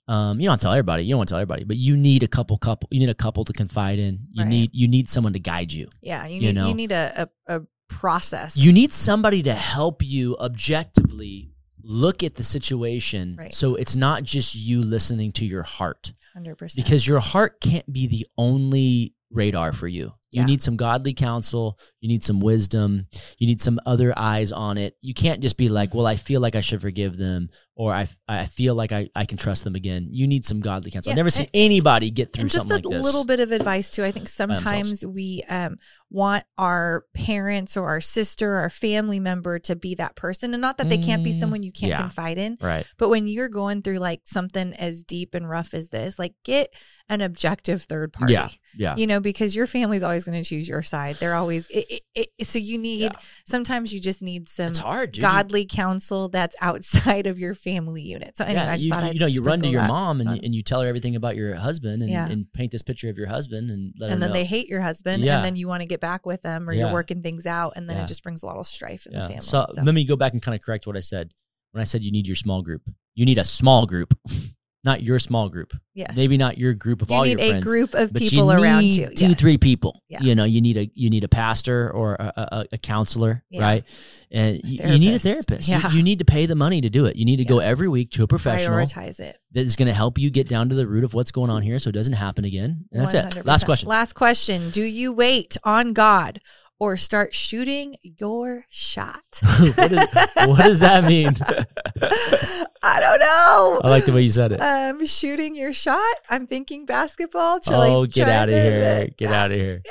B: Um, you don't have to tell everybody. You don't want to tell everybody, but you need a couple couple. You need a couple to confide in. You
A: Right.
B: need you need someone to guide you.
A: Yeah. You
B: you
A: need, you,
B: know.
A: need a, a, a process.
B: You need somebody to help you objectively look at the situation,
A: Right.
B: so it's not just you listening to your heart.
A: 100%.
B: because your heart can't be the only radar for you. You
A: Yeah.
B: need some godly counsel. You need some wisdom. You need some other eyes on it. You can't just be like, well, I feel like I should forgive them or I, I feel like I, I can trust them again. You need some godly counsel. I've
A: Yeah,
B: never seen
A: and-
B: anybody get through
A: and just
B: something
A: a
B: like this.
A: little bit of advice too i think
B: themselves.
A: sometimes we um, want our parents or our sister or our family member to be that person and not that they can't be
B: Mm,
A: someone you can't
B: yeah.
A: confide in
B: Right.
A: but when you're going through like something as deep and rough as this like get an objective third party
B: Yeah. Yeah.
A: you know because your family's always going to choose your side they're always it, it, it, so you need
B: Yeah.
A: sometimes you just need some
B: It's hard, dude.
A: godly counsel that's outside of your family unit so anyway i
B: yeah,
A: just
B: you,
A: thought
B: you
A: I'd
B: know, you run to
A: sprinkle
B: your
A: that
B: mom and,
A: on.
B: and you tell her everything about your husband and,
A: Yeah.
B: and paint this picture of your husband and let
A: and
B: her
A: then
B: know.
A: they hate your husband
B: Yeah.
A: and then you want to get back with them or
B: Yeah.
A: you're working things out and then
B: Yeah.
A: it just brings a lot of strife in the
B: Yeah.
A: family
B: So,
A: So,
B: let me go back and kind of correct what I said. When I said you need your small group, you need a small group, (laughs) not your small group.
A: yes.
B: Maybe not your group of
A: you
B: all
A: need a
B: your friends,
A: group of
B: but
A: people
B: you
A: around
B: need
A: you
B: Two,
A: Yeah.
B: three people.
A: Yeah.
B: You know, you need a you need a pastor or a, a- a, a counselor,
A: Yeah.
B: right? And you, you need a
A: therapist.
B: therapist. You-
A: Yeah.
B: You, need to pay the money to do it. You need to go every week to a professional
A: prioritize it
B: that is going to help you get down to the root of what's going on here, so it doesn't happen again. And that's it.
A: 100%.
B: Last question.
A: last question do you wait on god or start shooting your
B: (laughs)
A: shot
B: what, is, what does that mean? (laughs)
A: i don't know
B: I like the way you said it.
A: um shooting your shot i'm thinking basketball try- like,
B: oh, get
A: trying
B: out of
A: to-
B: here! Get out
A: (laughs)
B: of here!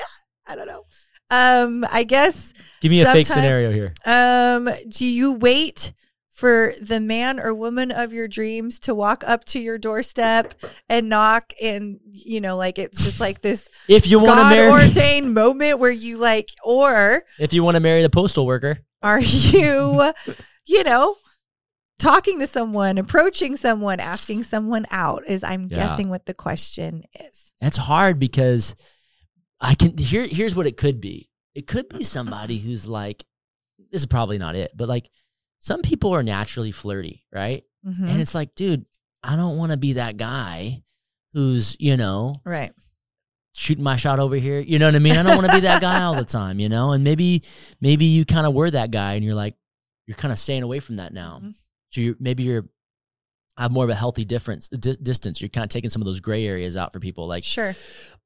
A: i don't know um i guess
B: Give me a fake
A: Sometime-
B: scenario here.
A: Um, do you wait for the man or woman of your dreams to walk up to your doorstep and knock and you know like it's just like this
B: If you want to
A: god
B: marry,
A: ordained moment where you like or
B: (laughs) if you want to marry the postal worker,
A: are you you know talking to someone approaching someone asking someone out is i'm
B: Yeah.
A: guessing what the question is
B: that's hard because I can. Here, here's what it could be. It could be somebody who's like, this is probably not it, but like, some people are naturally flirty, right?
A: Mhm.
B: And it's like, dude, I don't want to be that guy who's you know
A: right
B: shooting my shot over here. You know what I mean? I don't want to be that guy
A: (laughs)
B: all the time, you know? And maybe maybe you kind of were that guy and you're like you're kind of staying away from that now.
A: Mhm.
B: So you are maybe you're have more of a healthy difference di- distance. You're kind of taking some of those gray areas out for people like
A: sure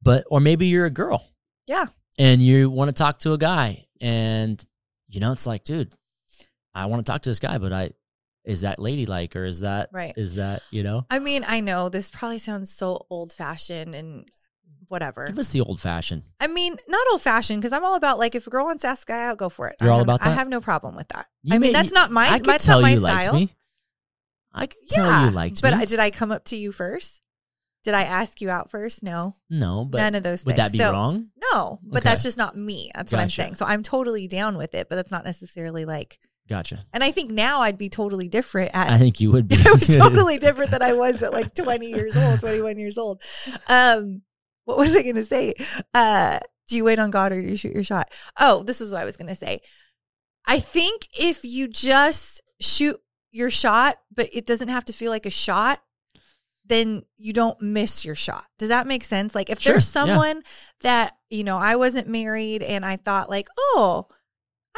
B: but or maybe you're a girl.
A: Yeah.
B: And you want to talk to a guy and you know it's like, dude, I want to talk to this guy, but I is that ladylike or is that is
A: Right.
B: that, you know?
A: i mean i know this probably sounds so old fashioned and whatever
B: Give us the old fashioned.
A: I mean, not old fashioned because I'm all about like if a girl wants to ask a guy out, go for it.
B: You're
A: I
B: all
A: have-
B: about
A: I
B: that?
A: have no problem with that.
B: You
A: I mean,
B: may-
A: that's not my.
B: I could
A: that's
B: tell
A: not my
B: you
A: style.
B: liked me. I could tell you liked
A: but
B: me.
A: I, did I come up to you first? Did I ask you out first? No,
B: no, but
A: none of those
B: would
A: things.
B: that be
A: So,
B: wrong?
A: No, but
B: Okay.
A: that's just not me. That's what I'm
B: Gotcha.
A: saying. So I'm totally down with it, but that's not necessarily like.
B: Gotcha.
A: And I think now I'd be totally different at.
B: I think you
A: (laughs)
B: would be
A: I'm
B: (laughs)
A: totally different than I was at like 20 years old, 21 years old. Um, what was I going to say? Uh, do you wait on God or do you shoot your shot? Oh, this is what I was going to say. I think if you just shoot your shot, but it doesn't have to feel like a shot, then you don't miss your shot. Does that make sense? Like if
B: Sure,
A: there's
B: yeah.
A: someone that, you know, I wasn't married and I thought like, oh,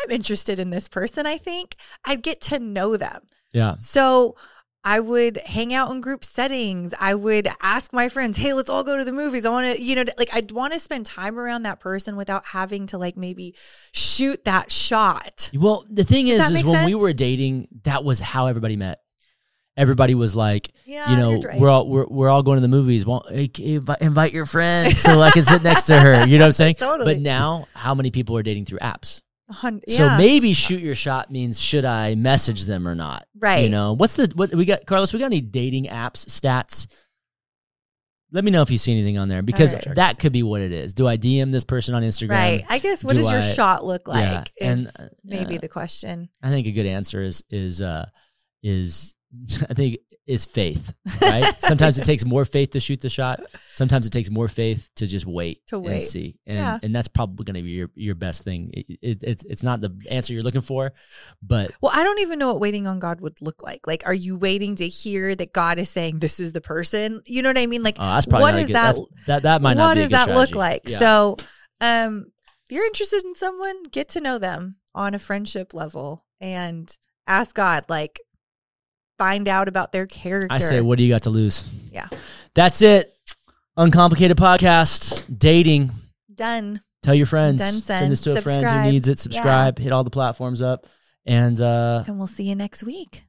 A: I'm interested in this person, I think I'd get to know them.
B: yeah.
A: So I would hang out in group settings. I would ask my friends, "Hey, let's all go to the movies." I want to, you know, like I'd want to spend time around that person without having to like maybe shoot that shot.
B: Well, the thing
A: Does
B: is,
A: that
B: is
A: make
B: when we
A: sense?
B: were dating, that was how everybody met. Everybody was like,
A: Yeah,
B: you
A: you're
B: know,
A: right.
B: we're all we're, we're all going to the movies. Well, eh, invi- invite your friend so I can sit next to her. You know what I'm
A: (laughs)
B: saying?
A: Totally.
B: But now, how many people are dating through apps?
A: Hun-
B: So
A: yeah.
B: maybe shoot your shot means should I message them or not?
A: right.
B: You know, what's the what we got, Carlos? We got any dating apps stats? Let me know if you see anything on there because
A: Alright.
B: that could be what it is. Do I DM this person on Instagram?
A: Right. I guess what
B: Do
A: does your
B: I-
A: shot look like?
B: Yeah,
A: Is
B: and, uh,
A: maybe
B: yeah.
A: the question.
B: I think a good answer is is uh is (laughs) I think is faith.
A: (laughs)
B: Right. Sometimes it takes more faith to shoot the shot. Sometimes it takes more faith to just wait
A: To
B: and
A: wait.
B: see. And
A: Yeah.
B: and that's probably going to be your your best thing. It, it, it's it's not the answer you're looking for, but
A: Well, I don't even know what waiting on God would look like. Like, are you waiting to hear that God is saying this is the person? You know what I mean? Like,
B: uh, that's probably
A: What
B: not a
A: is
B: good,
A: that-
B: that's- that that might not
A: what
B: be
A: does
B: a good
A: that look
B: strategy.
A: like?
B: Yeah.
A: So, um, if you're interested in someone, get to know them on a friendship level and ask God, like, find out about their character.
B: I say, what do you got to lose?
A: Yeah.
B: That's it. Uncomplicated podcast, dating.
A: done.
B: Tell your friends.
A: Done,
B: Send this to
A: send.
B: a friend who
A: Subscribe.
B: needs it. Subscribe. Hit all the platforms up. And uh,
A: And we'll see you next week.